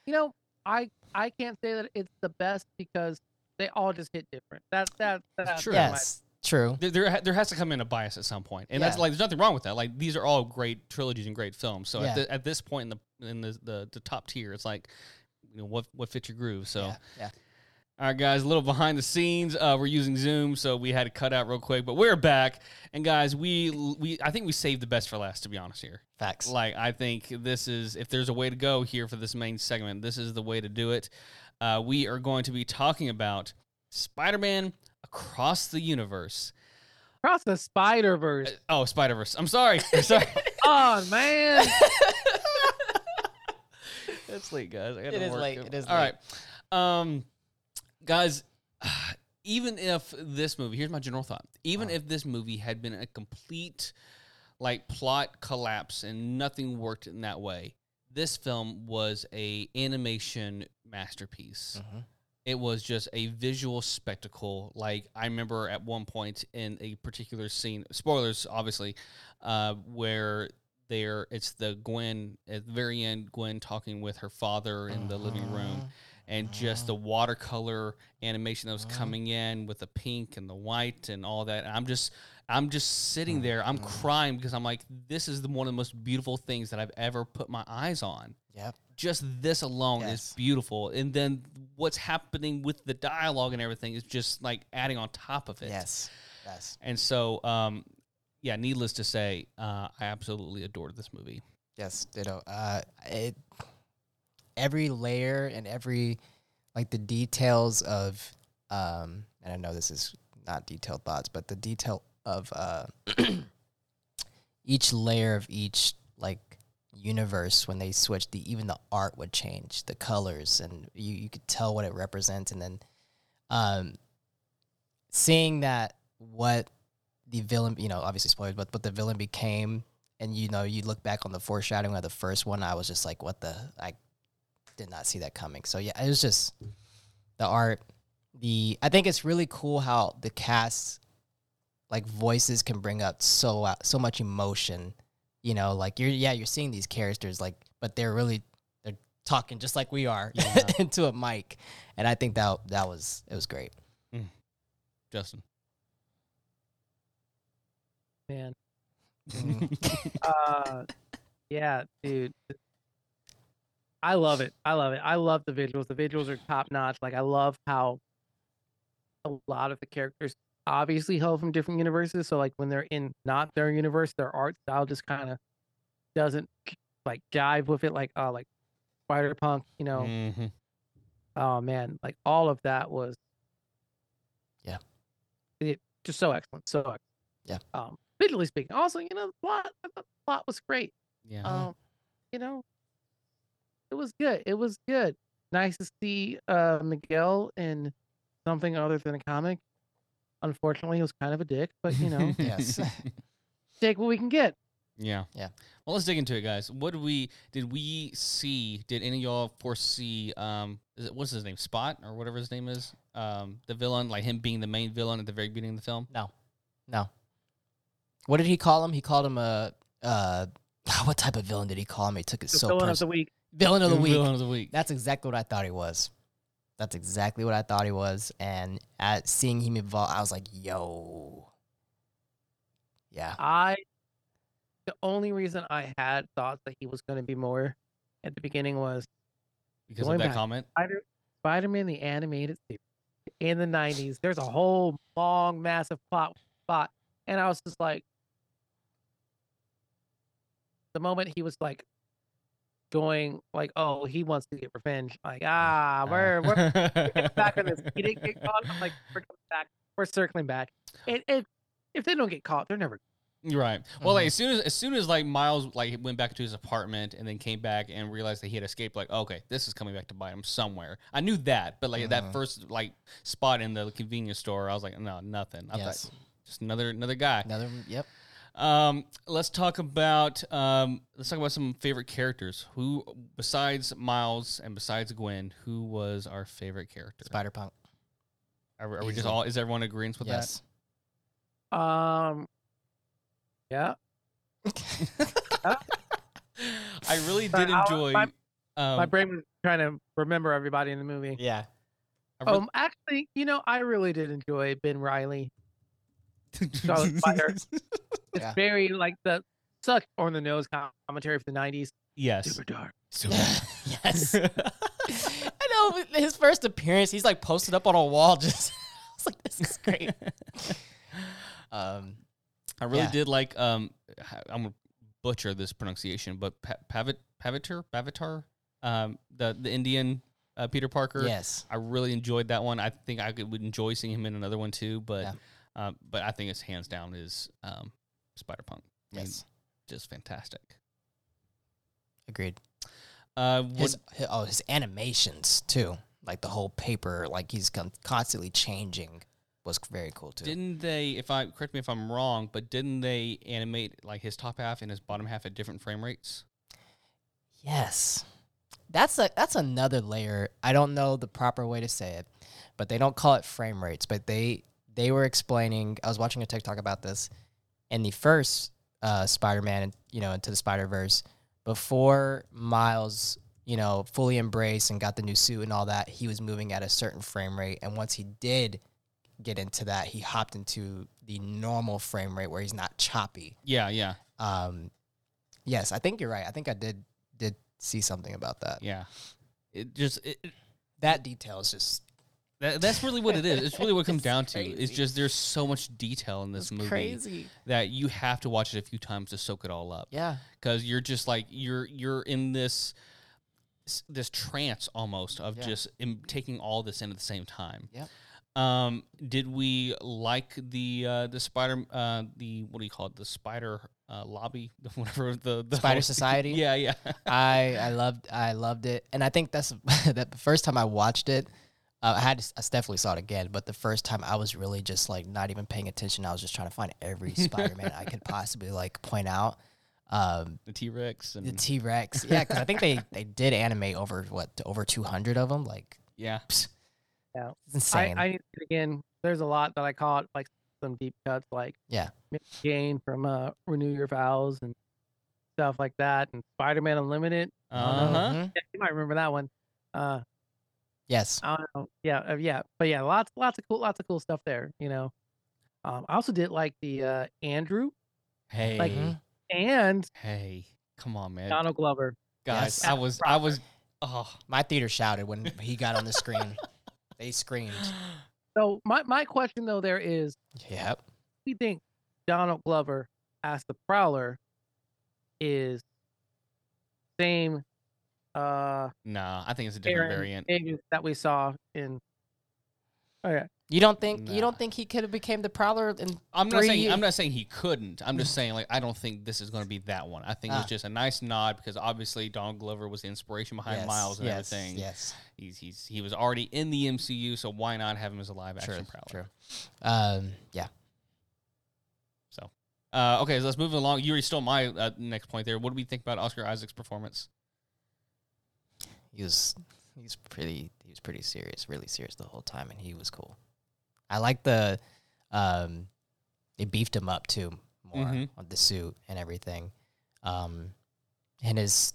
C: you know, I I can't say that it's the best because they all just hit different. That's that, that's
A: true.
C: my-
B: Yes, true.
A: there, there, ha- there has to come in a bias at some point, and that's
B: Yeah.
A: like there's nothing wrong with that. Like these are all great trilogies and great films. So
B: Yeah.
A: at, the, at this point in the in the, the the top tier, it's like you know what what fits your groove. So
B: yeah, yeah.
A: all right, guys, a little behind the scenes. Uh, we're using Zoom, so we had to cut out real quick, but we're back. And guys, we we I think we saved the best for last. To be honest, here,
B: facts.
A: like I think this is if there's a way to go here for this main segment, this is the way to do it. Uh, we are going to be talking about Spider-Man across the universe.
C: across the Spider Verse.
A: (laughs) Oh, Spider Verse. I'm sorry. I'm sorry.
C: oh man,
A: it's late, guys. I gotta
B: It is
A: work.
B: late, it is
A: All
B: late.
A: right, um, guys. (sighs) Even if this movie, here's my general thought. Even if this movie had been a complete like plot collapse and nothing worked in that way, this film was a animation masterpiece
B: Mhm.
A: it was just a visual spectacle. Like I remember at one point in a particular scene, spoilers obviously, uh, where there it's the Gwen at the very end, Gwen talking with her father in the living
B: Uh-huh.
A: room,
B: Mm-hmm.
A: and just the watercolor animation that was coming in with the pink and the white and all that. And I'm just I'm just sitting there, I'm crying because I'm like, this is the, one of the most beautiful things that I've ever put my eyes on
B: Yep.
A: just this alone is
B: Yes.
A: beautiful and then what's happening with the dialogue and everything is just like adding on top of it
B: Yes. Yes.
A: and so um yeah needless to say uh i absolutely adored this movie
B: Yes. Ditto. Uh, it. Every layer and every, like the details of, um, and I know this is not detailed thoughts, but the detail of uh, (clears throat) each layer of each like universe when they switched the even the art would change the colors and you, you could tell what it represents and then um seeing that what the villain you know obviously spoilers but but the villain became and you know you look back on the foreshadowing of the first one i was just like what the i did not see that coming so yeah it was just the art the i think it's really cool how the cast like voices can bring up so uh, so much emotion you know like you're yeah you're seeing these characters like but they're really they're talking just like we are (laughs) into a mic and i think that that was it was great
A: (laughs) justin
C: man. (laughs)
B: Mhm.
C: Uh, yeah, dude. I love it. I love it. I love the visuals. The visuals are top notch. Like I love how a lot of the characters obviously hail from different universes. So like when they're in not their universe, their art style just kind of doesn't like jive with it. Like uh, like Spider Punk, you know.
A: Mhm.
B: Mm-hmm.
C: Oh man, like all of that was
B: Yeah.
C: It just so excellent. So excellent.
B: Yeah.
C: Um visually speaking. Also, you know, the plot I thought the plot was great.
A: yeah
C: Um, you know, it was good. It was good. Nice to see uh Miguel in something other than a comic. Unfortunately, he was kind of a dick, but
A: (laughs)
C: you know,
B: yes.
C: take what we can get.
A: yeah
B: Yeah.
A: well let's dig into it guys what did we did we see did any of y'all foresee um is it, what's his name spot or whatever his name is um the villain like him being the main villain at the very beginning of the film
B: no no what did he call him he called him a (laughs) uh what type of villain did he call him he took it
C: The
B: so
C: villain of
B: personally
C: the week.
B: villain of the week
A: villain of the week
B: That's exactly what I thought he was. That's exactly what I thought he was. And at seeing him evolve, I was like, yo. Yeah.
C: I the only reason I had thoughts that he was gonna be more at the beginning was
A: because of
C: going
A: that
C: back.
A: comment
C: Spider Spider Man the animated series in the nineties. There's a whole long, massive plot spot, and I was just like, the moment he was like going like, oh, he wants to get revenge. Like,
A: Uh.
C: ah, we're we're
A: (laughs) we're
C: back on this. He didn't get caught. I'm like, we're coming back. We're circling back. It, it if they don't get caught, they're never.
A: Right. Well,
B: Mm-hmm.
A: like as soon as as soon as like Miles like went back to his apartment and then came back and realized that he had escaped, like "Oh, okay, this is coming back to bite him somewhere. I knew that, but like that
B: Mhm.
A: first like spot in the convenience store, I was like, no, nothing. I
B: Yes.
A: thought just another another guy.
B: Another, yep.
A: Um, let's talk about um, let's talk about some favorite characters. Who besides Miles and besides Gwen, who was our favorite character?
B: Spider Punk.
A: Are, we- are we just
B: Easily.
A: all? Is everyone agreeing with
B: Yes.
C: Um, yeah. (laughs)
A: that? I really did
C: I- I-
A: enjoy.
C: my-
A: um,
C: My brain was trying to remember everybody in the movie.
B: yeah.
A: I re-
C: Um, actually, you know, I really did enjoy Ben Riley. Charlotte Fire. It's
B: Yeah.
C: very like the such on the nose commentary for the '90s.
A: Yes.
C: Super dark.
B: (laughs) yes. I know but his first appearance, he's like posted up on a wall. Just, (laughs) I was like, this is great. (laughs) um,
A: I really
B: Yeah.
A: did like. Um, h- I'm gonna butcher this pronunciation, but pa- Pavit Pavitar Pavitar, um, the the Indian uh, Peter Parker.
B: yes.
A: I really enjoyed that one. I think I could, would enjoy seeing him in another one too. But,
B: Yeah.
A: um, but I think it's hands down is um, Spider Punk. I mean,
B: Yes.
A: just fantastic.
B: Agreed.
A: Uh, would-
B: His, hi- oh, his animations too. Like the whole paper, like he's con- constantly changing, was very cool too.
A: didn't they? If I correct me if I'm wrong, but didn't they animate like his top half and his bottom half at different frame rates?
B: yes, that's a that's another layer. I don't know the proper way to say it, but they don't call it frame rates. But they they were explaining. I was watching a TikTok about this, in the first uh, Spider-Man, you know, into the Spider-Verse, before Miles, you know, fully embraced and got the new suit and all that, he was moving at a certain frame rate. And once he did get into that, he hopped into the normal frame rate where he's not choppy.
A: Yeah, yeah,
B: Um, yes, I think you're right. I think I did did see something about that.
A: yeah. It just it, it-
B: That detail is just
A: that, that's really what it is. It's really what it comes
B: (laughs) It's
A: down to. It's
B: crazy.
A: just there's so much detail in this movie that you have to watch it a few times to soak it all up.
B: (laughs) Yeah,
A: because you're just like you're you're in this s- this trance almost of
B: Yeah.
A: just im- taking all this in at the same time.
B: Yep.
A: Um, did we like the uh, the spider uh, the what do you call it the spider uh, lobby (laughs) the whatever the, the (laughs)
B: Spider Society?
A: yeah yeah
B: I I loved I loved it, and I think that's (laughs) that the first time I watched it. Uh, I had to, I definitely saw it again, but the first time I was really just like not even paying attention. I was just trying to find (laughs) every Spider-Man I could possibly like point out. Um,
A: (laughs) the T Rex and
B: the T (laughs) Rex, yeah, because I think they they did animate over what over two hundred of them. Like
A: yeah
B: it's insane.
C: I, I need to see it again. There's a lot that I caught, like some deep cuts, like
B: Yeah.
C: Miss Jane from uh, Renew Your Vows and stuff like that, and Spider Man Unlimited.
A: uh
C: uh-huh.
A: huh
B: Mhm.
C: Yeah, you might remember that one. Uh,
B: Yes.
C: I don't know. Yeah, uh, yeah, but yeah, lots, lots of cool, lots of cool stuff there. You know, um, I also did like the uh, Andrew
A: hey
C: Like-
B: Mhm.
C: and
A: hey come on man
C: Donald Glover.
A: guys
B: Yes.
A: I
B: (laughs)
A: was I was oh
B: My theater shouted when he got on the
A: (laughs)
B: screen. they screamed.
C: So my my question though there is,
B: Yep.
C: do you think Donald Glover as the Prowler is same uh
A: nah I think it's a different
C: Aaron
A: variant
C: agent that we saw in Oh, okay
B: You don't think
A: Nah.
B: you don't think he could have became the Prowler? And
A: I'm not
B: Three
A: saying I'm
B: years.
A: not saying he couldn't. I'm just saying like I don't think this is going to be that one. I think it was
B: Ah.
A: just a nice nod because obviously Donald Glover was the inspiration behind Miles and
B: yes,
A: everything.
B: Yes.
A: He's he's he was already in the MCU, so why not have him as a live action
B: True.
A: Prowler?
B: True. Um, yeah.
A: Uh, okay, so let's move along. You already stole my uh, next point there. What do we think about Oscar Isaac's performance?
B: He was he's pretty he was pretty serious, really serious the whole time, and he was cool. I like the um, they beefed him up too more
A: Mhm.
B: on the suit and everything, um, and his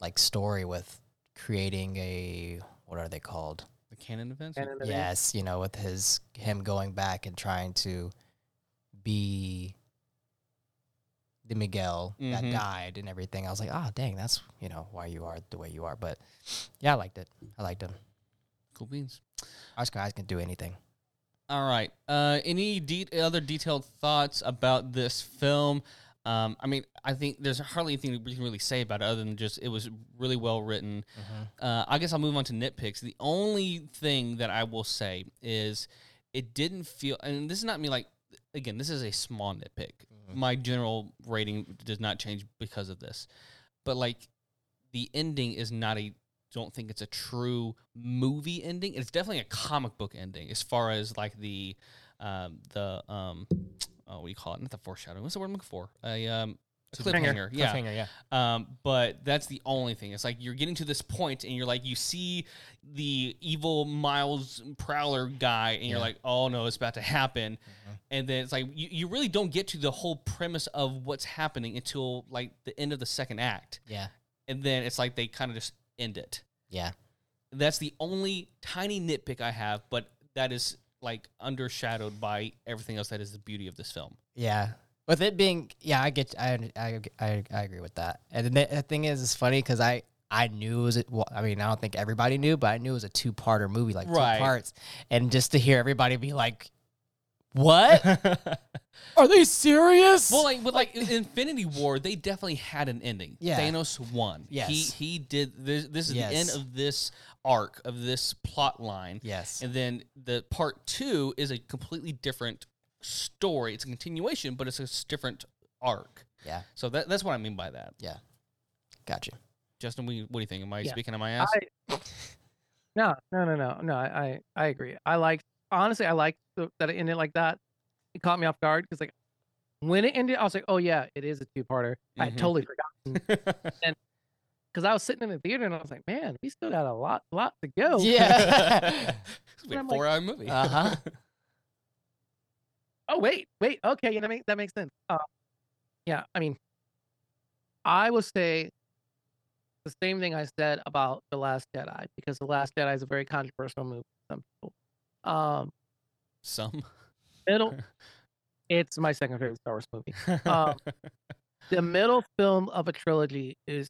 B: like story with creating a what are they called?
A: The canon events?
C: and in the van.
B: Yes, you know, with his him going back and trying to be the Miguel that
A: Mhm.
B: died and everything. I was like, ah, dang, that's you know why you are the way you are. But yeah, I liked it. I liked him.
A: Cool beans.
B: Oscar Isaac can do anything.
A: All right. Uh, any de- other detailed thoughts about this film? Um, I mean, I think there's hardly anything we can really say about it other than just it was really well written. Uh, I guess I'll move on to nitpicks. The only thing that I will say is it didn't feel, and this is not me like, again, this is a small nitpick.
B: Mhm.
A: My general rating does not change because of this, but like the ending is not a, don't think it's a true movie ending. It's definitely a comic book ending as far as like the, um, the, um, oh, what do you call it? Not the foreshadowing. What's the word I'm looking for? A, um, a cliffhanger.
C: Cliffhanger.
A: Yeah.
B: Cliffhanger, yeah.
A: Um, but that's the only thing. It's like you're getting to this point and you're like, you see the evil Miles Prowler guy, and you're
B: Yeah.
A: like, oh no, it's about to happen.
B: Mm-hmm.
A: And then it's like, you, you really don't get to the whole premise of what's happening until like the end of the second act.
B: Yeah.
A: And then it's like they kind of just end it.
B: Yeah.
A: That's the only tiny nitpick I have, but that is like undershadowed by everything else that is the beauty of this film.
B: Yeah. With it being, yeah, I get, I, under- I, I, I agree with that. And the, the thing is, it's funny because I, I knew it was, a, well, I mean, I don't think everybody knew, but I knew it was a two-parter movie, like
A: Right.
B: two parts. And just to hear everybody be like, (laughs) "What? Are they serious?"
A: Well, like with like Infinity War, they definitely had an ending.
B: Yeah.
A: Thanos won.
B: Yes.
A: he he did. This, this is the end
B: Yes.
A: of this arc of this plot line,
B: yes,
A: and then the part two is a completely different story. It's a continuation, but it's a s- different arc.
B: yeah,
A: So that, that's what I mean by that.
B: gotcha.
A: Justin, what do you, what do you think? Am I
C: Yeah.
A: speaking on my ass?
C: I, no, no, no, no, no. I, I I agree. I liked honestly. I liked the, that it ended like that. It caught me off guard because like when it ended, I was like, oh yeah, it is a two-parter. I
A: Mhm.
C: had totally forgotten
A: (laughs)
C: because I was sitting in the theater and I was like, man, we still got a lot, lot to go.
B: Yeah.
A: It's been a
C: I'm like,
A: four hour movie.
B: Uh-huh.
C: Oh wait, wait. Okay, yeah, that makes that makes sense. Uh, yeah, I mean, I will say the same thing I said about the Last Jedi because the Last Jedi is a very controversial movie. For some people, um,
A: (laughs) Some.
C: middle. it's my second favorite Star Wars movie.
A: (laughs)
C: Um, The middle film of a trilogy is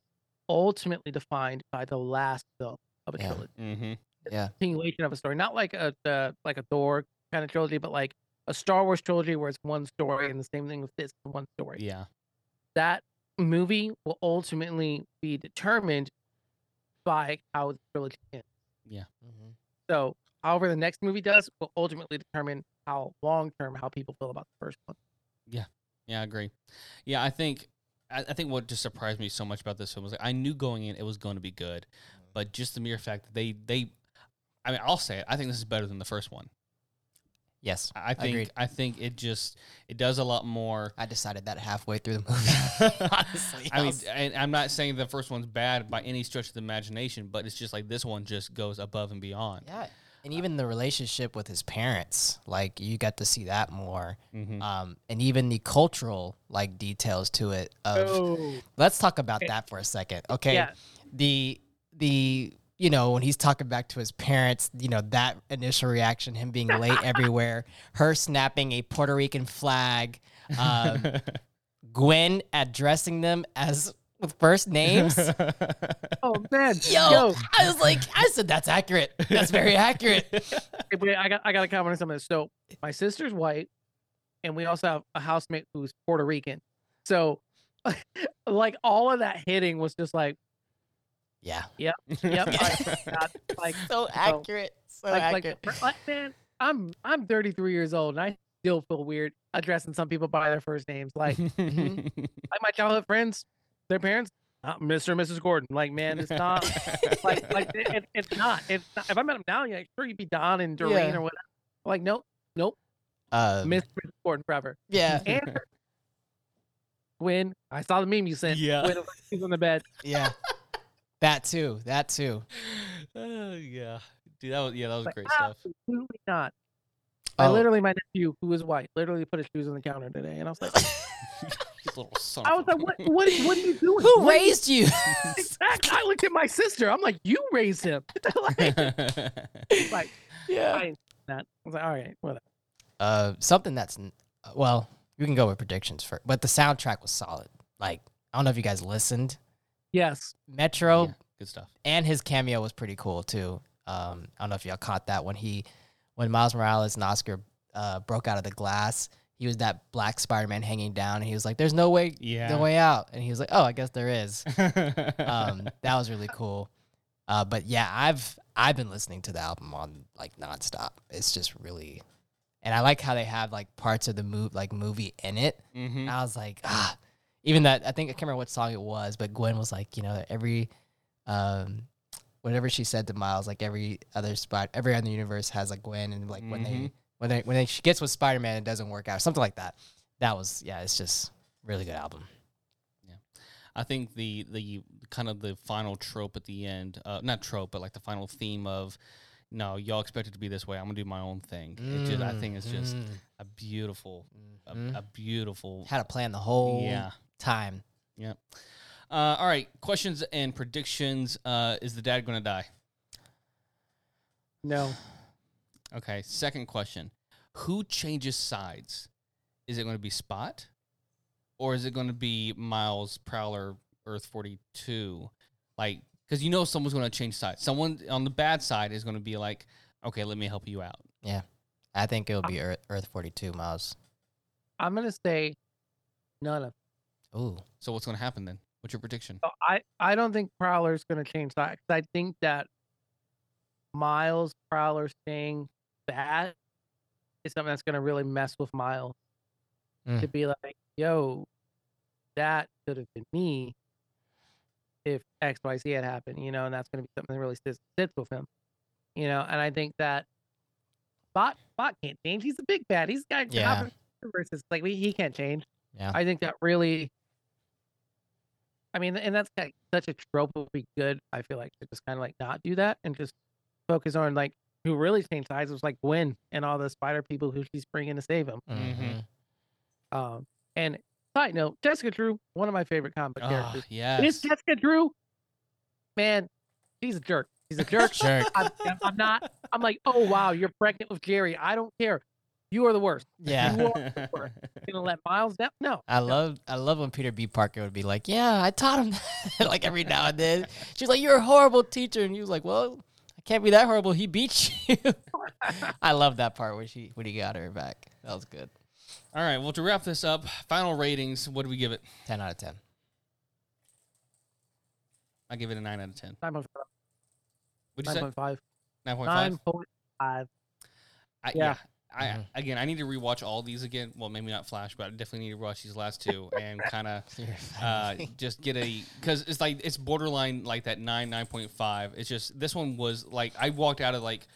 C: ultimately defined by the last film of a
B: Yeah.
C: trilogy,
A: hmm
C: continuation of a story, not like a uh, like a door kind of trilogy, but like a Star Wars trilogy where it's one story, and the same thing with this one story.
A: Yeah.
C: that movie will ultimately be determined by how the trilogy ends.
B: Mhm.
C: So, however, the next movie does will ultimately determine how long term how people feel about the first one.
A: Yeah, I agree. Yeah, I think I, I think what just surprised me so much about this film was like I knew going in it was going to be good, but just the mere fact that they they I mean, I'll say it. I think this is better than the first one.
B: Yes.
A: I I think
B: Agreed.
A: I think it just it does a lot
C: (laughs)
A: more.
B: I decided that halfway through the (laughs) movie. Honestly.
A: I mean,
B: was-
A: and I'm not saying the first one's bad by any stretch of the imagination, but it's just like this one just goes above and beyond.
B: yeah. And even the relationship with his parents, like you got to see that more.
A: hmm
B: Um, and even the cultural like details to it of
C: Oh,
B: let's talk about
C: Okay.
B: that for a second. Okay.
C: Yeah.
B: The the you know, when he's talking back to his parents, you know, that initial reaction, him being
C: (laughs)
B: late everywhere, her snapping a Puerto Rican flag,
C: (laughs)
A: Mm-hmm.
B: um,
A: (laughs)
B: Gwen addressing them as with first
A: (laughs)
B: names.
C: oh man,
B: (laughs) Yo, I was like, I said that's accurate. That's very
C: (laughs)
B: accurate.
C: Hey, Wait, I got I got to comment on something. So my sister's white, and we also have a housemate who's Puerto Rican. So, (laughs) like all of that hitting was
B: (laughs)
C: just like,
B: Yeah.
C: yep, I, got- like
B: (laughs)
C: oh.
B: so accurate. So
C: like, like,
B: accurate.
C: fir- like, man, I'm I'm 33 years old and I still feel weird addressing some people by their first names. (laughs)
A: (laughs)
C: Like mm-hmm. like my childhood friends, their parents, not Mr. and Mrs. Gordon. Like man,
A: (laughs)
C: it's not like like it, it- it's not. It's not. If I met them now, yeah, sure you'd be Don and Doreen
B: Yeah.
C: or whatever. Like nope,
B: Um,
C: Mr. and Mrs. Gordon
A: (laughs)
C: forever.
B: yeah.
C: And Gwen, I saw the meme you sent.
A: Yeah.
C: Gwen was like, she's on the bed.
B: Yeah.
C: (laughs)
B: That too. That too.
A: Oh yeah, dude, that was yeah, that was
C: Like, ah.
A: great stuff.
C: Absolutely not. I
B: Oh.
C: literally, my nephew, who is white, literally put his shoes on the counter today, and I was like,
A: He's a little son.
C: I
A: of
C: was
A: a-
C: like, what, what, are- what are you doing?
B: Who
C: What are you
B: raised you?
C: Exactly. I looked at my sister. I'm like, you raised him.
A: (laughs)
C: (laughs) like, like,
B: yeah.
C: I, that. I was like, all right, whatever.
B: (laughs) Uh, something that's n- uh, well, you can go with predictions for, but the soundtrack was solid. Like I don't know if you guys listened.
C: Yes.
B: Metro
A: Yeah, good stuff.
B: and his cameo was pretty cool too. Um, I don't know if y'all caught that when he, when Miles Morales and Oscar uh, broke out of the glass, he was that black Spider-Man hanging down, and he was like, "There's no way,
A: Yeah.
B: no way out," and he was like, "Oh, I guess there is."
A: um, (laughs)
B: Um, that was really cool. Uh, but yeah, I've I've been listening to the album on like nonstop. It's just really, and I like how they have like parts of the move like movie in it.
A: hmm
B: I was like, ah, even that. I think I can't remember what song it was, but Gwen was like, you know, that every, um, whatever she said to Miles, like every other spot, every other universe has like Gwen, and like when
A: Mhm.
B: they when they when they, she gets with Spider Man, it doesn't work out, something like that. That was yeah, it's just really good album.
A: I think the the kind of the final trope at the end, uh, not trope, but like the final theme of, no, y'all expect it to be this way. I'm gonna do my own thing. It just, I think it's just
B: Mm,
A: a beautiful, a,
B: mhm.
A: a beautiful.
B: had a plan the whole
A: Yeah.
B: time.
A: Yep. Uh, all right. Questions and predictions. Uh, is the dad gonna die?
C: No.
A: Okay. Second question: Who changes sides? Is it going to be Spot, or is it going to be Miles Prowler Earth Forty Two? Like, because you know someone's going to change sides. Someone on the bad side is going to be like, "Okay, let me help you out."
B: I think it'll be Earth, Earth forty two, Miles.
C: I'm going to say none of
B: Ooh,
A: So what's going to happen then? What's your prediction?
C: so I, I don't think Prowler's going to change that. 'cause I think that Miles Prowler staying bad is something that's going to really mess with Miles
B: Mm.
C: to be like, yo, that could have been me. if X, Y, Z had happened, you know, and that's going to be something that really sits, sits with him, you know. And I think that Bot Bot can't change. He's a big bad. He's got
B: Yeah.
C: confidence versus like we, he can't change.
B: Yeah.
C: I think that really. I mean, and that's like such a trope would be good. I feel like to just kind of like not do that and just focus on like who really changed sides was like Gwen and all the spider people who she's bringing to save him.
A: Mm-hmm.
B: Mhm.
C: Um, and side note, Jessica Drew, one of my favorite comic book
A: Ah,
C: characters. And It's
A: yes.
C: Jessica Drew. Man, she's a jerk. She's a jerk.
B: Jerk.
C: I'm, I'm not. I'm like, oh wow, you're pregnant with Jerry. I don't care. You are the worst.
B: (laughs) Yeah.
C: You Uh,
A: (laughs)
C: are the worst. You're gonna let Miles down? No.
B: I love I love when Peter B. Parker would be like, "Yeah, I taught him that," (laughs) like every now and then." She's like, "You're a horrible teacher," and he was like, "Well, I can't be that horrible. He beat you." (laughs) I love that part when she when he got her back. That was good.
A: All right. Well, to wrap this up, final ratings. What do we give it?
B: Ten out of ten.
A: I give it a nine out of ten.
C: Nine point five.
A: Would you
C: Nine
A: say
C: point five.
A: nine point five?
C: Nine point five.
A: I, yeah.
C: Yeah.
A: I
B: Mhm.
A: again, I need to rewatch all these again. Well, maybe not Flash, but I definitely need to watch these last two and kind of
B: (laughs)
A: uh, just get a because it's like it's borderline like that nine nine point five. It's just this one was like I walked out of like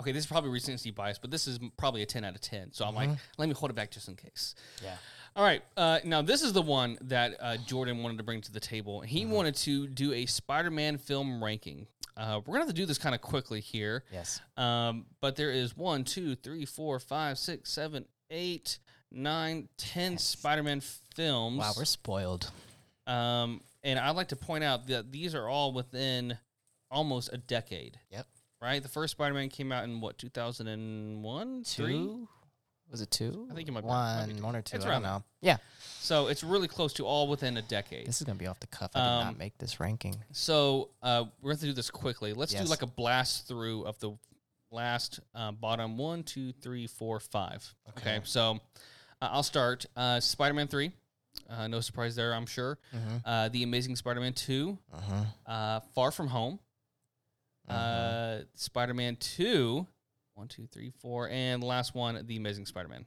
A: okay, this is probably recency bias, but this is m- probably a ten out of ten. So I'm like, let me hold it back just in case.
B: Mm-hmm. Yeah.
A: All right. Uh, now this is the one that uh, Jordan wanted to bring to the table. He
B: Mm-hmm.
A: wanted to do a Spider-Man film ranking. Uh, we're gonna have to do this kind of quickly here.
B: yes.
A: (laughs) Um, but there is one, two, three, four, five, six, seven, eight, nine, ten Spider-Man films.
B: Wow, we're spoiled.
A: Um, and I'd like to point out that these are all within almost a decade.
B: Yep.
A: Right? The first Spider Man came out in what, 2001? Three?
B: Two. Was it two?
A: I think it might be- might
B: one,
A: be two.
B: one or two.
A: It's
B: I don't
A: around there.
B: know. Yeah,
A: So it's really close to all within a decade.
B: this is gonna be off the cuff. I did
A: Um,
B: not make this ranking.
A: So uh, we're going to do this quickly. Let's do
B: Yes.
A: like a blast through of the last uh, bottom one, two, three, four, five. Okay.
B: Okay.
A: So uh, I'll start uh, Spider Man 3. Uh, no surprise there, I'm sure.
B: Mm-hmm.
A: Uh, the Amazing Spider Man 2.
B: Mm-hmm.
A: Uh, Far From Home. Uh,
B: Mm-hmm.
A: Spider Man 2. One, two, three, four. And last one, The Amazing Spider Man.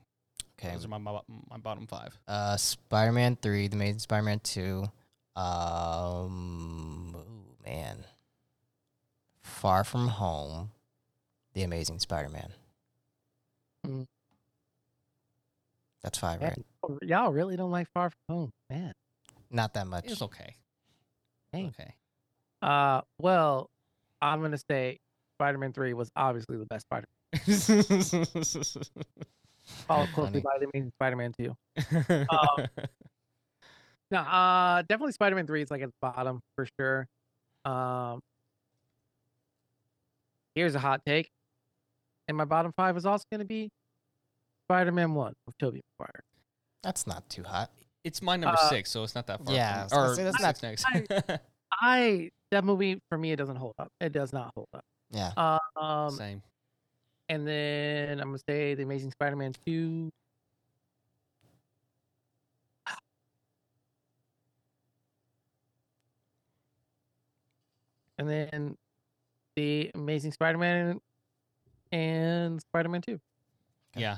B: okay.
A: Those are my, my, my bottom five.
B: Uh, Spider Man Three, The Amazing Spider Man Two, um, ooh, man, Far From Home, The Amazing Spider Man.
C: Mm.
B: That's five,
C: Yeah.
B: right?
C: Oh, Y'all really don't like Far From Home, man.
B: Not that much.
A: It's okay.
C: Dang.
B: (laughs)
A: Okay.
C: Uh, well, I'm gonna say Spider-Man Three was obviously the best Spider.
B: (laughs)
C: Followed
B: Funny.
C: closely by the Amazing Spider-Man Two.
B: (laughs)
C: Um, No, uh, definitely Spider-Man Three is like at the bottom for sure. Um, here's a hot take, and my bottom five is also going to be Spider-Man One with Tobey Maguire.
B: That's not too hot.
A: it's my number
C: uh,
A: six, so it's not that far.
B: Yeah, I was
A: from,
B: gonna
A: or
B: say that's
A: six next. (laughs)
C: I that movie for me it doesn't hold up. It does not hold up.
B: Yeah.
C: Uh, um,
A: Same.
C: and then I'm gonna say the Amazing Spider-Man Two. And then the Amazing Spider-Man and Spider-Man Two.
B: Okay.
A: Yeah,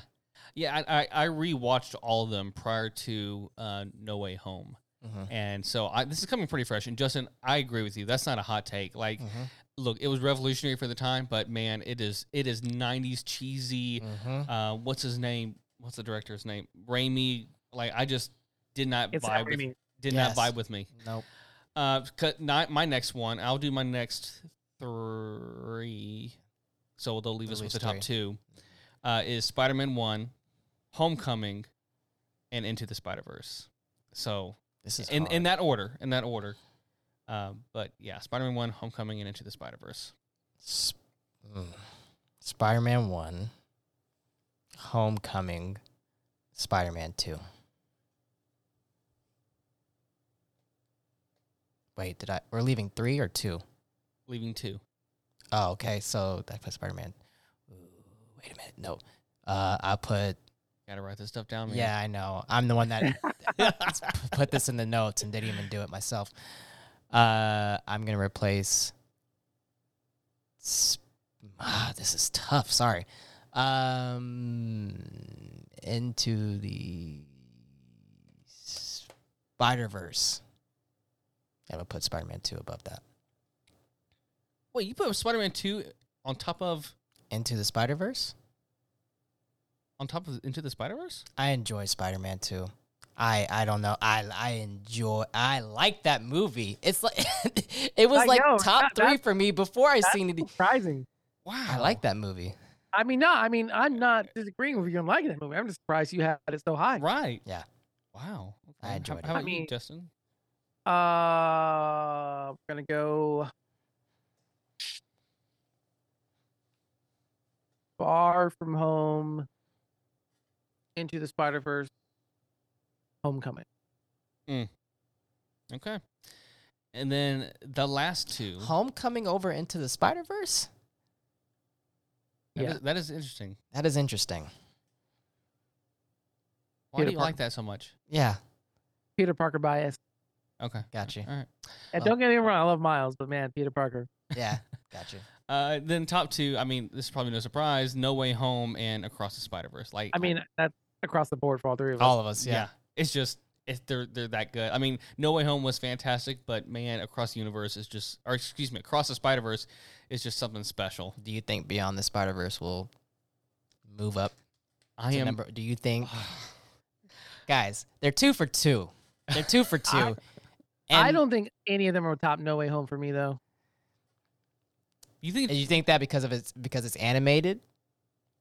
A: yeah. I, I I rewatched all of them prior to uh, No Way Home,
B: Mm-hmm.
A: and so I, this is coming pretty fresh. And Justin, I agree with you. That's not a hot take. Like,
B: Hmm. Mm-hmm.
A: look, it was revolutionary for the time, but man, it is it is '90s cheesy.
B: Mm-hmm.
A: Uh, what's his name? What's the director's name? Raimi. Like, I just did not
C: It's
A: vibe.
C: not
A: With,
C: Raimi.
A: did
B: Yes.
A: not vibe with me.
B: Nope.
A: Uh, cut not my next one. I'll do my next three. So they'll leave
B: At
A: us with
B: least
A: the top two. Uh, is Spider Man One, Homecoming, and Into the Spider Verse. So
B: This is
A: in
B: hard.
A: in that order, in that order. Um, but yeah, Spider Man One, Homecoming, and Into the Spider Verse.
B: Sp- mm. Spider-Man One, Homecoming, Spider-Man Two. Wait, did I? We're leaving three or two?
A: Leaving two.
B: Oh, okay. So I put Spider-Man. Ooh, wait a minute. No, uh, I put.
A: Gotta write this stuff down. Man.
B: Yeah, I know. I'm the one that (laughs) put this in the notes and didn't even do it myself. Uh, I'm gonna replace. Sp- ah, this is tough. Sorry. Um, into the Spider Verse. I would put Spider Man 2 above that.
A: Wait, you put Spider Man two on top of
B: Into the Spider Verse?
A: on top of Into the Spider Verse?
B: I enjoy Spider Man 2. I, I don't know. I I enjoy. I like that movie. It's like (laughs) it was
C: I
B: like
C: know,
B: top
C: that-
B: three
C: that's-
B: for me before I
C: That's
B: seen it.
C: surprising.
A: Wow,
B: I like that movie.
C: I mean, no, I mean, I'm not disagreeing with you. I'm liking that movie. I'm just surprised you had it so high.
A: Right.
B: Yeah.
A: Wow.
B: I
A: Okay. How-
B: enjoyed it.
A: How about
C: I mean-
A: you, Justin?
C: Uh, we're gonna go. Far from home. Into the Spider Verse. Homecoming.
A: Okay. And then the last two.
B: Homecoming over into the Spider Verse.
A: That
C: Yeah.
A: is- that is interesting.
B: That is interesting.
A: Why do
C: Peter
A: you like
C: Parker.
A: that so much?
B: Yeah,
C: Peter Parker bias.
A: Okay.
B: got you.
A: All right.
C: And
B: Well-
C: don't get me wrong, I love Miles, but man, Peter Parker. (laughs)
B: Yeah, got you.
A: Uh, then top two. I mean, this is probably no surprise. No Way Home and Across the Spider Verse. Like,
C: I mean, that's across the board for all three of us.
B: All of us.
A: yeah.
B: Yeah.
A: It's just it's, they're they're that good. I mean, No Way Home was fantastic, but man, Across the Universe is just, or excuse me, Across the Spider Verse is just something special.
B: Do you think Beyond the Spider Verse will move up?
A: I
B: to
A: am.
B: number- do you
C: (sighs)
B: think, guys? They're two for two. They're two for two.
C: (laughs) I-
B: Oh, and
C: I don't think any of them are top No Way Home for me though.
A: (sighs) you think?
B: and You think that because of it's because it's animated,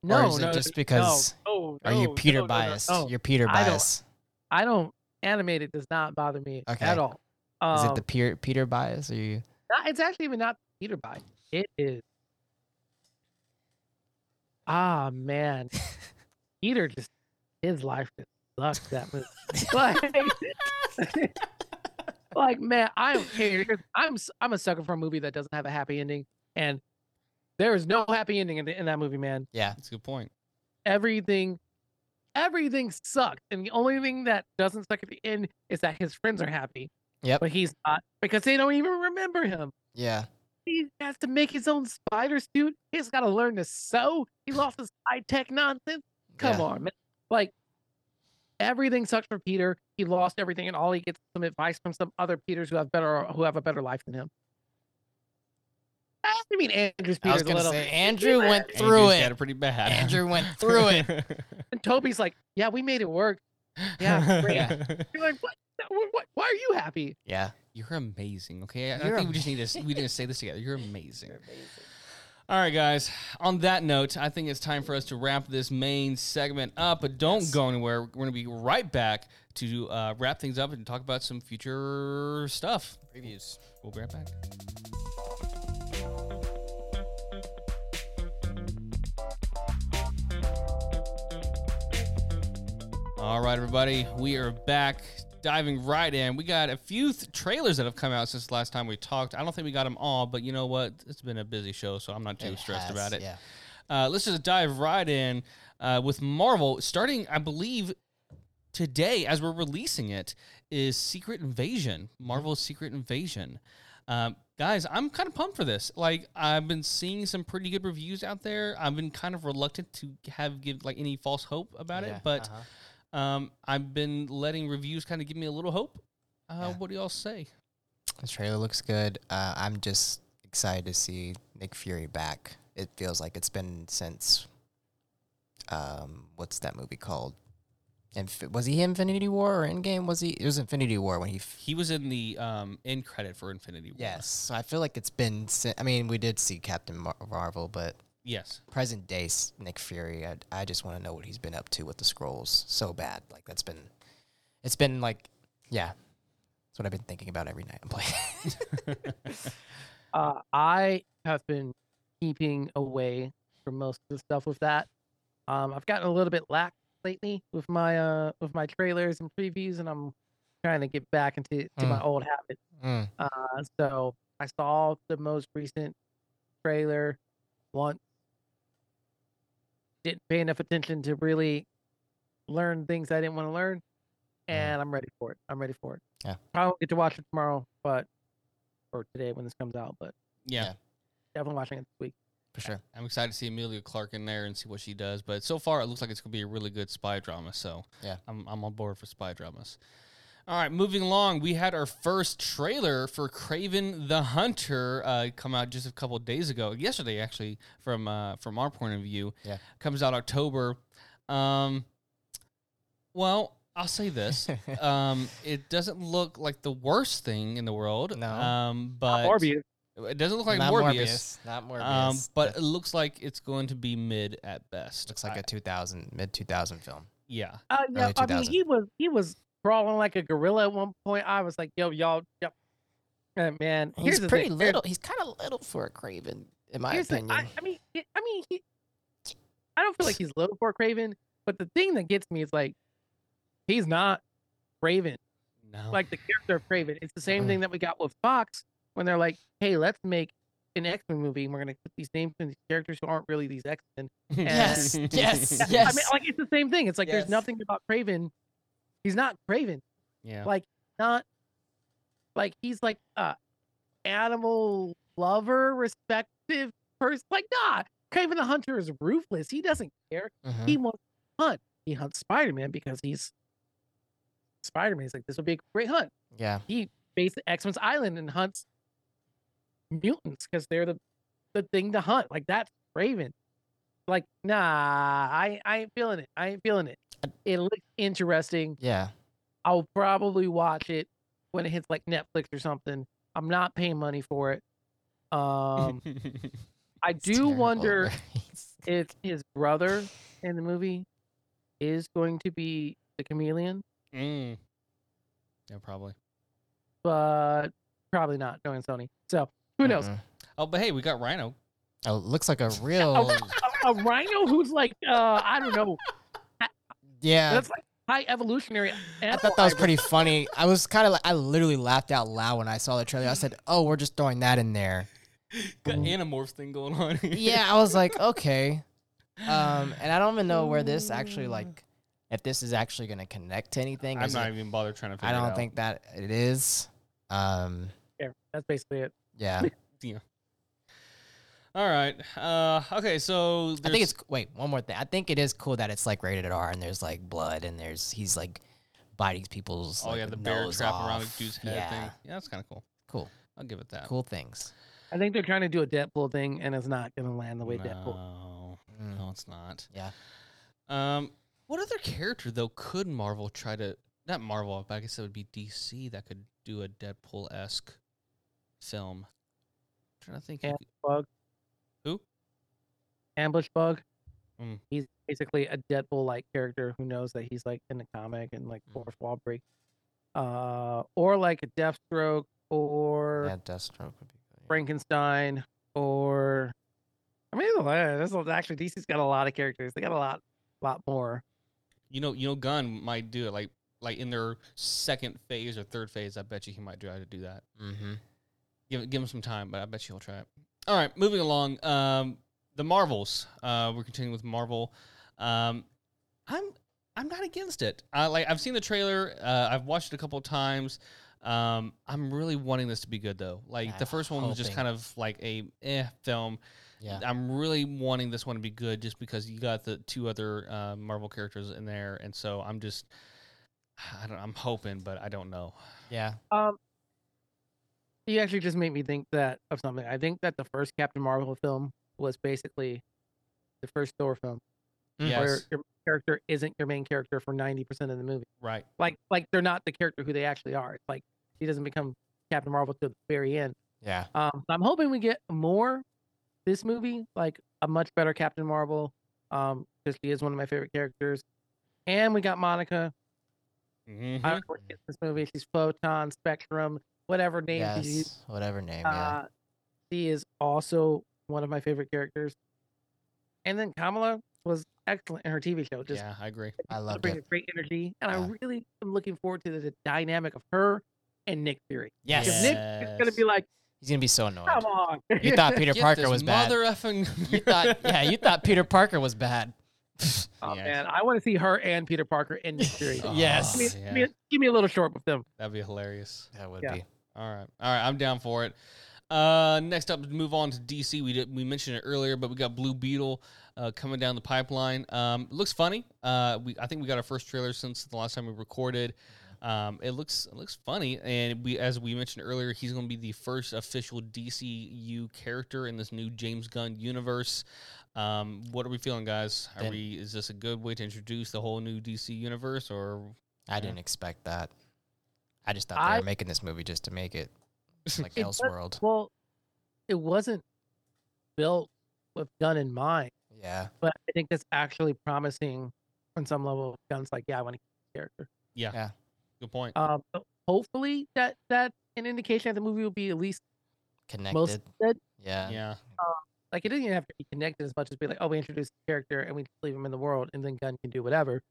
C: No,
B: or is
C: no,
B: it just because?
C: no,
B: Are you
C: no,
B: Peter
C: no, no, no,
B: bias?
C: no.
B: You're Peter
C: I don't-
B: bias.
C: I don't animated does not bother me
B: Okay.
C: at all. Um,
B: Is it the Peter Peter bias? Are you?
C: not- it's actually even not Peter bias. It is. Ah man, Peter just his life just sucked that movie. Like, (laughs) like man, I'm here- here- I'm s- I'm a sucker for a movie that doesn't have a happy ending, and there is no happy ending in, the, in that movie, man.
B: Yeah.
A: That's a good point.
C: everything everything sucks and the only thing that doesn't suck at the end is that his friends are happy
B: Yep.
C: but he's not because they don't even remember him
B: Yeah.
C: he has to make his own spider suit he's got to learn to sew he lost his high-tech nonsense come
B: yeah.
C: on man like everything sucks for peter he lost everything and all he gets is some advice from some other peters who have better who have a better life than him i mean andrew's
B: I
C: peter's
B: was
C: a
B: gonna
C: little
B: say Andrew went
A: Andrew's
B: through
A: got
B: it.
A: it
B: (laughs)
A: pretty bad.
B: Andrew
A: (laughs)
B: went through it.
C: and toby's like yeah we made it work
A: (laughs)
C: Yeah, great.
A: Yeah.
C: You're like, what? what, what why are you happy?
B: Yeah.
A: You're amazing. Okay, I- I
B: You're
A: think we just need to s- we need to say this together. You're amazing. All right, guys. On that note, I think it's time for us to wrap this main segment up. But don't
B: Yes.
A: go anywhere. We're going to be right back to uh, wrap things up and talk about some future stuff.
B: Previews.
A: We'll be right back. All right, everybody, we are back, diving right in. We got a few th- trailers that have come out since the last time we talked. I don't think we got them all, but you know what? It's been a busy show, so I'm not too
B: It
A: stressed
B: has,
A: about it.
B: Yeah.
A: Uh, let's just dive right in uh, with Marvel, starting, I believe, today as we're releasing it, is Secret Invasion, Marvel's Secret Invasion. Um, guys, I'm kind of pumped for this. Like, I've been seeing some pretty good reviews out there. I've been kind of reluctant to have give like any false hope about
B: Yeah,
A: it, but
B: uh-huh.
A: um, I've been letting reviews kind of give me a little hope. Uh,
B: Yeah.
A: What do y'all say?
B: The trailer looks good. Uh, I'm just excited to see Nick Fury back. It feels like it's been since, um, what's that movie called? Inf- was he Infinity War or Endgame? Was he? It was Infinity War when he. F-
A: He was in the um, end credit for Infinity War.
B: yes. So I feel like it's been. Sin- I mean, we did see Captain Mar- Marvel, but (laughs)
A: Yes.
B: present day s- Nick Fury. I, I just want to know what he's been up to with the scrolls so bad. Like that's been, it's been like, yeah, that's what I've been thinking about every night I'm playing.
C: Uh, I have been keeping away from most of the stuff with that. Um, I've gotten a little bit lax lately with my uh with my trailers and previews, and I'm trying to get back into to my old habit.
B: (laughs) Mm,
C: Uh, so I saw the most recent trailer once. Didn't pay enough attention to really learn things I didn't want to learn,
B: Mm.
C: and I'm ready for it. I'm ready for it.
B: Yeah.
C: I won't get to watch it tomorrow, but or today when this comes out, but
A: Yeah.
B: Yeah.
C: definitely watching it this week.
B: for (laughs) sure.
A: I'm excited to see Amelia Clark in there and see what she does. But so far, it looks like it's going to be a really good spy drama. So
B: Yeah.
A: I'm, I'm on board for spy dramas. All right, moving along, we had our first trailer for Craven the Hunter uh, come out just a couple of days ago, yesterday actually, from uh, from our point of view.
B: Yeah.
A: comes out October. Um, well, I'll say
B: (laughs) Uh,
A: this: um, it doesn't look like the worst thing in the world.
B: No.
A: um, but
C: Not Morbius.
A: it doesn't look like
B: not
A: Morbius.
B: Morbius. Not Morbius.
A: Um, but it
B: That
A: looks like it's going to be mid at best.
B: looks like
A: I-
B: a 2000 mid 2000 film.
A: yeah.
C: Uh, yeah,
B: Early
C: I mean,
B: 2000.
C: he was he was crawling like a gorilla at one point. I was like, yo, y'all, yep. Uh, man, here's
B: He's
C: the
B: pretty
C: thing. Here-
B: little. He's kind of little for a Craven, in my
C: here's the-
B: opinion.
C: I, I mean, he- I mean, he, I don't feel like he's little for Craven, but the thing that gets me is like, he's not Craven.
A: No. (laughs)
C: like the character of Craven. It's the same
B: Mhm.
C: thing that we got with Fox when they're like, "Hey, let's make an X Men movie, and we're gonna put these names and these characters who aren't really these X Men."
B: yes,
C: (laughs)
B: yes,
C: I
B: yes.
C: mean, like it's the same thing. It's like
B: Yes.
C: there's nothing about Craven. He's not Craven.
A: Yeah.
C: Like not like he's like a animal lover, respective person. Like nah, Craven the Hunter is ruthless. He doesn't care
B: Mhm.
C: (laughs) he wants to hunt. He hunts Spider Man because he's Spider Man. He's like, this would be a great hunt.
B: Yeah.
C: Based at X Men's Island and hunts mutants because they're the the thing to hunt. Like that's Raven. Like, nah, I, I ain't feeling it. I ain't feeling it. It looks interesting.
B: Yeah.
C: I'll probably watch it when it hits like Netflix or something. I'm not paying money for it.
B: (laughs)
C: Um, I
B: It's
C: do
B: terrible,
C: wonder
B: (laughs) Maurice.
C: if his brother in the movie is going to be the chameleon,
A: Mm. Yeah, probably.
C: but probably not, knowing Sony. So who knows?
B: Mhm.
A: Oh, but hey, we got Rhino. (gasps)
B: Oh, it looks
C: (laughs)
B: like a real.
C: A, a rhino who's like, uh, I don't know,
B: yeah.
C: that's like high evolutionary.
B: I
C: animal
B: thought that was
C: hybrid.
B: pretty funny. (laughs) I was kind of like, I literally laughed out loud when I saw the trailer. I said, "Oh, we're just throwing that in there."
A: Got
B: Mm.
A: Animorphs thing going on. here.
B: Yeah, I was like, okay. Um, and I don't even know where this actually like, if this is actually gonna connect to
A: (laughs)
B: anything.
A: I'm
B: Is
A: not
B: it-
A: even bothered trying to figure
B: I
A: it
B: don't
A: out.
B: think that it is. Um,
C: Yeah, that's basically it.
B: yeah.
A: All right. Uh, okay, so
B: I think
A: there's-
B: it's wait one more thing. I think it is cool that it's like rated R and there's like blood and there's he's like biting people's.
A: Oh
B: like,
A: yeah, the bear
B: nose
A: trap around the
B: off.
A: dude's head
B: yeah.
A: thing. Yeah, that's kind of cool.
B: Cool,
A: I'll give it that.
B: cool things.
C: I think they're trying to do a Deadpool thing, and it's not going to land the way Deadpool.
A: No,
B: Mm.
A: no, it's not.
B: Yeah.
A: Um, what other character though could Marvel try to? Not Marvel, but I guess it would be DC that could do a Deadpool esque film. I'm trying to think. who
C: Yeah.
A: could-
C: Bug.
A: Who?
C: Ambush Bug.
B: Hmm.
A: Mm.
C: He's basically a Deadpool like character who knows that he's like in the comic and like
B: Hmm.
A: Mm.
C: fourth wall break. Uh, or like a Deathstroke or
B: Yeah, Deathstroke would be good.
C: Frankenstein or I mean, there's a lot- there's a- actually DC's got a lot of characters. They got a lot, lot more.
A: You know, you know, Gunn might do it like like in their second phase or third phase. I bet you he might try to do that.
B: Mm-hmm.
A: Give give him some time, but I bet you he'll try it. All right, moving along. Um, the Marvels. Uh, we're continuing with Marvel. Um, I'm I'm not against it. I like I've seen the trailer. Uh, I've watched it a couple times. Um, I'm really wanting this to be good though. Like
B: I'm
A: the first one was just
B: hoping.
A: kind of like a eh film.
B: Yeah.
A: I'm really wanting this one to be good just because you got the two other uh, Marvel characters in there, and so I'm just (sighs) I don't I'm hoping, but I don't know.
B: Yeah.
C: Um, you actually just made me think that of something. I think that the first Captain Marvel film was basically the first Thor film,
B: Mm.
C: Mm-hmm. where
A: Yes,
C: your character isn't your main character for ninety percent of the movie.
A: right.
C: Like, like they're not the character who they actually are. It's like he doesn't become Captain Marvel till the very end.
B: Yeah.
C: Um, I'm hoping we get more this movie, like a much better Captain Marvel, um, because she is one of my favorite characters. And we got Monica.
A: Mhm.
C: I don't know what she is in this movie. She's Photon, Spectrum, whatever name
B: yes.
C: she uses.
B: Whatever name. yeah.
C: Uh, she is also one of my favorite characters. And then Kamala was excellent in her TV show. Just
A: yeah, I agree.
B: I love
C: brings
B: it.
C: great energy, and
B: Yeah.
C: I really am looking forward to the, the dynamic of her and Nick Fury.
B: Yes.
C: 'Cause Nick is gonna be like,
B: He's gonna be so annoyed.
C: "Come on!"
B: You
C: (laughs)
B: thought Peter
A: Get
B: Parker
A: this
B: was bad.
A: mother effing.
B: (laughs)
A: (laughs)
B: You thought, (laughs) yeah, you thought Peter Parker was bad.
C: Oh
A: Yeah.
C: man, I want to see her and Peter Parker in the series.
A: Oh,
B: Yes.
C: Give me,
A: yeah.
C: give, me a, give me a little short with them.
A: That'd be hilarious.
B: That would
C: Yeah.
B: be.
A: All right, all right, I'm down for it. Uh, next up, move on to DC. We did we mentioned it earlier, but we got Blue Beetle uh, coming down the pipeline. Um, looks funny. Uh, we I think we got our first trailer since the last time we recorded. Um, it looks it looks funny, and we as we mentioned earlier, he's going to be the first official DCU character in this new James Gunn universe. Um, what are we feeling, guys? Are
B: Then-
A: we is this a good way to introduce the whole new DC universe, or
B: I didn't expect that. I just thought
C: I-
B: they were making this movie just to
A: (laughs)
B: make it like
C: It does-
B: Elseworld.
C: Well, it wasn't built with gun in mind,
B: Yeah,
C: but I think that's actually promising on some level. Guns like, yeah, I want to keep the character.
A: good point?
C: Um, but hopefully that that's an indication that the movie will be at least
B: connected.
C: good.
B: Yeah.
A: yeah,
C: like it doesn't even have to be connected as much as be like, oh, we introduced the character and we just leave him in the world, and then Gun can do whatever.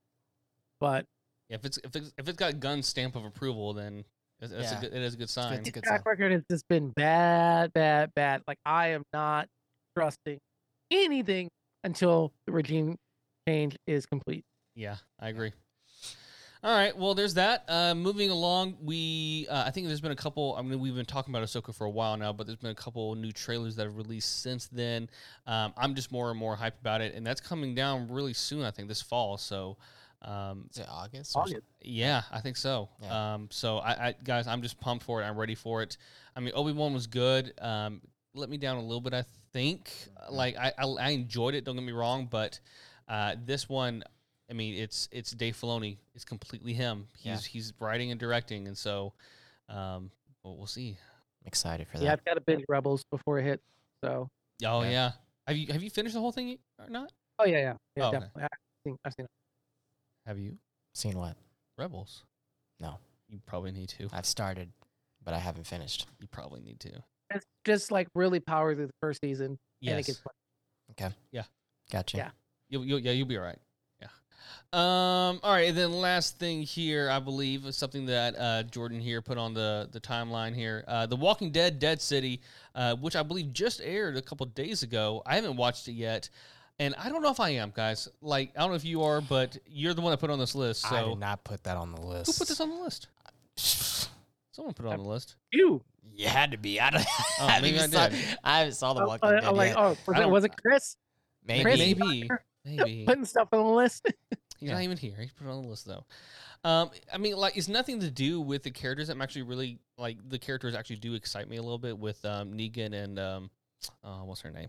C: But
A: Yeah, if it's if it's if it's got Gunn's stamp of approval, then it's, it's
B: Yeah.
A: a good, it is a good sign.
B: It's a
C: his
B: good
C: track
B: sign.
C: record has just been bad, bad, bad. Like I am not trusting anything until the regime change is complete.
A: Yeah, I agree. All right, well, there's that. Uh, moving along, we uh, I think there's been a couple. I mean, we've been talking about Ahsoka for a while now, but there's been a couple new trailers that have released since then. Um, I'm just more and more hyped about it, and that's coming down really soon. I think this fall. So, um,
B: Is it August? or
C: August.
A: yeah, I think so.
B: Yeah.
A: Um, so I, I guys, I'm just pumped for it. I'm ready for it. I mean, Obi Wan was good. Um, let me down a little bit, I think.
B: Mm-hmm.
A: Uh, Like I, I, I enjoyed it. Don't get me wrong, but uh, this one, I mean, it's it's Dave Filoni. It's completely him.
B: Yeah.
A: He's he's writing and directing, and so um, we'll, we'll see.
B: I'm excited for that.
C: Yeah, I've got to binge Rebels before it hits. So,
A: Oh
B: Yeah.
A: yeah. Have you have you finished the whole thing or not?
C: oh yeah, yeah, yeah,
A: Oh, okay.
C: definitely. I've seen, I've seen it.
A: Have you
B: Seen what?
A: Rebels?
B: No.
A: You probably need to.
B: I've started, but I haven't finished.
A: You probably need to.
C: It's just like really power through the first season, and it
A: Yes.
C: gets better.
B: Gotcha.
C: Yeah.
A: You'll, you'll, yeah, you'll be all right. Yeah. Um. All right. And then last thing here, I believe, is something that uh, Jordan here put on the the timeline here. Uh, the Walking Dead: Dead City, uh, which I believe just aired a couple days ago. I haven't watched it yet, and I don't know if I am, guys. Like, I don't know if you are, but you're the one that put on this list.
B: I did
A: So
B: not put that on the list.
A: who put this on the list? Someone put it on the list.
C: You,
B: (laughs) You had to be. I don't. (laughs) I haven't
A: Oh, maybe
B: even
A: I
B: saw,
A: did.
B: I haven't saw the
C: Oh,
B: Walking
C: uh,
B: Dead
C: I'm like,
B: yet.
C: oh, was
A: I
C: it,
A: don't-
C: was it Chris
B: maybe.
C: Chris-
A: Maybe. Maybe.
C: putting stuff on the list? (laughs)
A: He's
B: Yeah.
A: not even here. He's put it on the list though. Um, I mean, like, it's nothing to do with the characters. I'm actually really like the characters actually do excite me a little bit with um, Negan and um, uh, what's her name?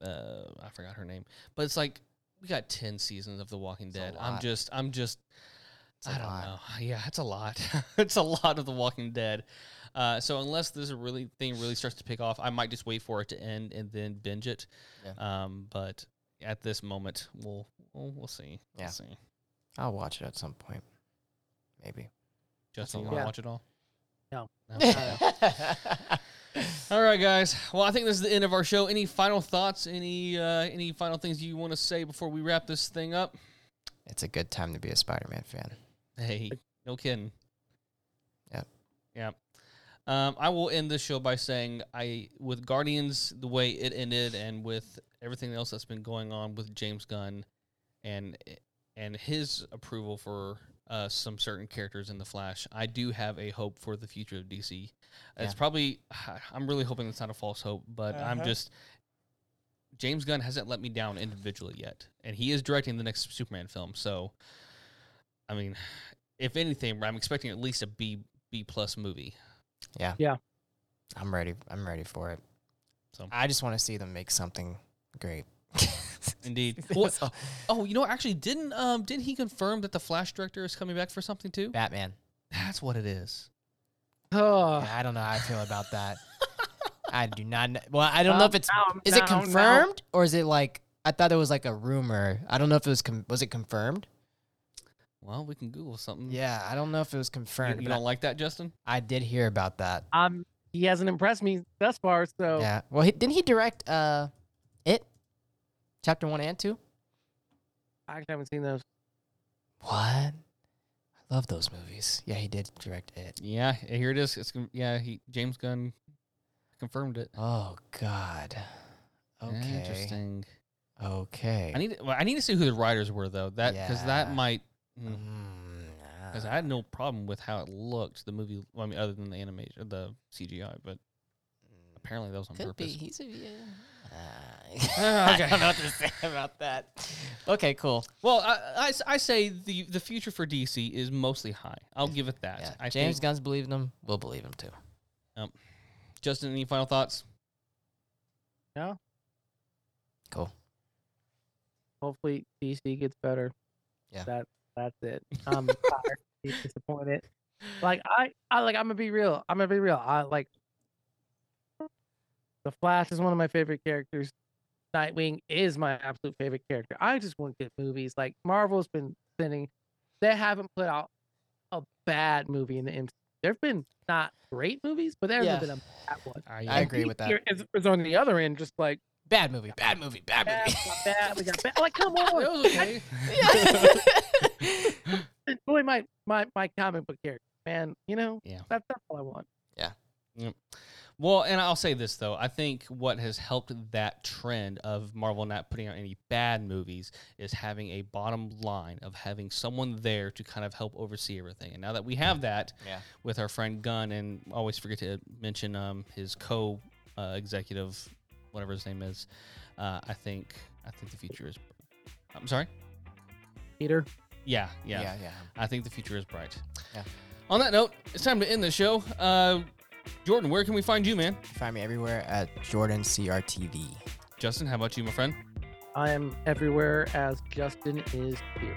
A: Uh, I forgot her name. But it's like we got ten seasons of The Walking
B: It's a
A: Dead. I'm
B: lot.
A: just, I'm just,
B: It's a
A: I don't
B: lot.
A: know. Yeah, it's a lot. (laughs) it's a lot of The Walking Dead. Uh, so unless this really thing really starts to pick off, I might just wait for it to end and then binge it.
B: Yeah.
A: Um, but at this moment, we'll we'll, we'll see.
B: Yeah.
A: We'll see.
B: I'll watch it at some point. Maybe.
A: Justin,
B: a
A: you want to
C: lot.
A: watch it all?
C: No.
B: (laughs)
A: No? (laughs) all right, guys. Well, I think this is the end of our show. Any final thoughts? Any uh, any final things you want to say before we wrap this thing up?
B: it's a good time to be a Spider-Man fan.
A: Hey, no kidding.
B: Yep.
A: Yep. Um, I will end this show by saying I, with Guardians the way it ended, and with everything else that's been going on with James Gunn, and and his approval for uh, some certain characters in the Flash, I do have a hope for the future of DC. It's
B: Yeah.
A: probably (sighs) I'm really hoping it's not a false hope, but I'm just James Gunn hasn't let me down individually yet, and he is directing the next Superman film. So, I mean, if anything, I'm expecting at least a B B plus (laughs) movie.
B: I'm ready. I'm ready for it.
A: So-
B: I just want to see them make something great.
A: Indeed. Well,
B: That's all.
A: oh, you know, actually, didn't um didn't he confirm that the Flash director is coming back for something too?
B: (laughs) Batman.
A: That's what it is.
C: Oh,
B: Yeah, I don't know how I feel about that. I do not. Know. Well, I don't know if it's
C: Down,
B: is it
C: down, down.
B: confirmed or is it like I thought it was like a rumor. I don't know if it was com- was it confirmed.
A: Well, we can Google something.
B: Yeah, I don't know if it was
A: You,
B: confirmed.
A: you
B: but
A: don't like that, Justin?
B: I, I did hear about that.
C: Um, he hasn't impressed me thus far. So
B: Yeah. Well, he, didn't he direct uh, it, chapter one and two?
C: I actually haven't seen those.
B: What? I love those movies. Yeah, he did direct it.
A: Yeah. Here it is. It's con- yeah. He James Gunn confirmed it.
B: Oh God. Okay.
A: Interesting.
B: Okay.
A: I need. to- Well, I need to see who the writers were though. That because that
B: Yeah.
A: might. Mm-hmm.
B: Hmm.
A: Because
B: Mm,
A: I had no problem with how it looked, the movie. Well, I mean, other than the animation, the CGI, but Apparently that was on
B: Could
A: purpose.
B: be. He's a. Yeah. (laughs) Uh, I don't know what to say about that. Okay, cool.
A: Well, I, I s- I say the the future for DC is mostly high. I'll give it that.
B: Yeah.
A: I
B: James
A: think,
B: Gunn's believed in him. We'll believe him too.
A: Justin, any final thoughts?
B: Cool.
C: Hopefully DC gets better.
B: Yeah.
C: That that's
B: (laughs)
C: it. I'm tired, he's disappointed. Like I, I like I'm gonna be real. I'm gonna be real. I like The Flash is one of my favorite characters. Nightwing is my absolute favorite character. I just want good movies. Like Marvel's been sending they haven't put out a bad movie in the MCU. There've been not great movies, but there
B: Yeah.
C: hasn't been a bad one.
B: I agree with that.
C: It's, it's on the other end, just like
B: Bad movie. Bad movie. Bad
C: bad, we
B: movie.
C: got bad, we got bad.
B: (laughs)
C: Like, come on.
A: That was okay.
B: Yeah.
C: enjoy my my my comic book character, man. You know,
A: Yeah.
C: that's that's all I want.
A: Well, and I'll say this though, I think what has helped that trend of Marvel not putting out any bad movies is having a bottom line of having someone there to kind of help oversee everything. And now that we have that
B: Yeah.
A: with our friend Gunn, and always forget to mention um, his co uh, executive, whatever his name is, uh, I think I think the future is. I'm sorry.
C: Peter,
A: Yeah, yeah,
B: (laughs) yeah. Yeah.
A: I think the future is bright.
B: Yeah.
A: On that note, it's time to end the show. Uh, Jordan, where can we find you, man?
B: Find me everywhere at Jordan CRTV.
A: Justin, how about you, my friend?
C: I am everywhere as Justin is here.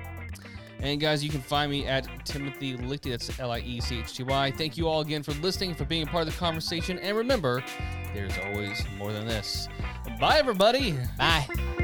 A: And guys, you can find me at Timothy Lichty. That's L I E C H T Y. Thank you all again for listening, for being a part of the conversation. And remember, there's always more than this. Bye, everybody.
B: Bye.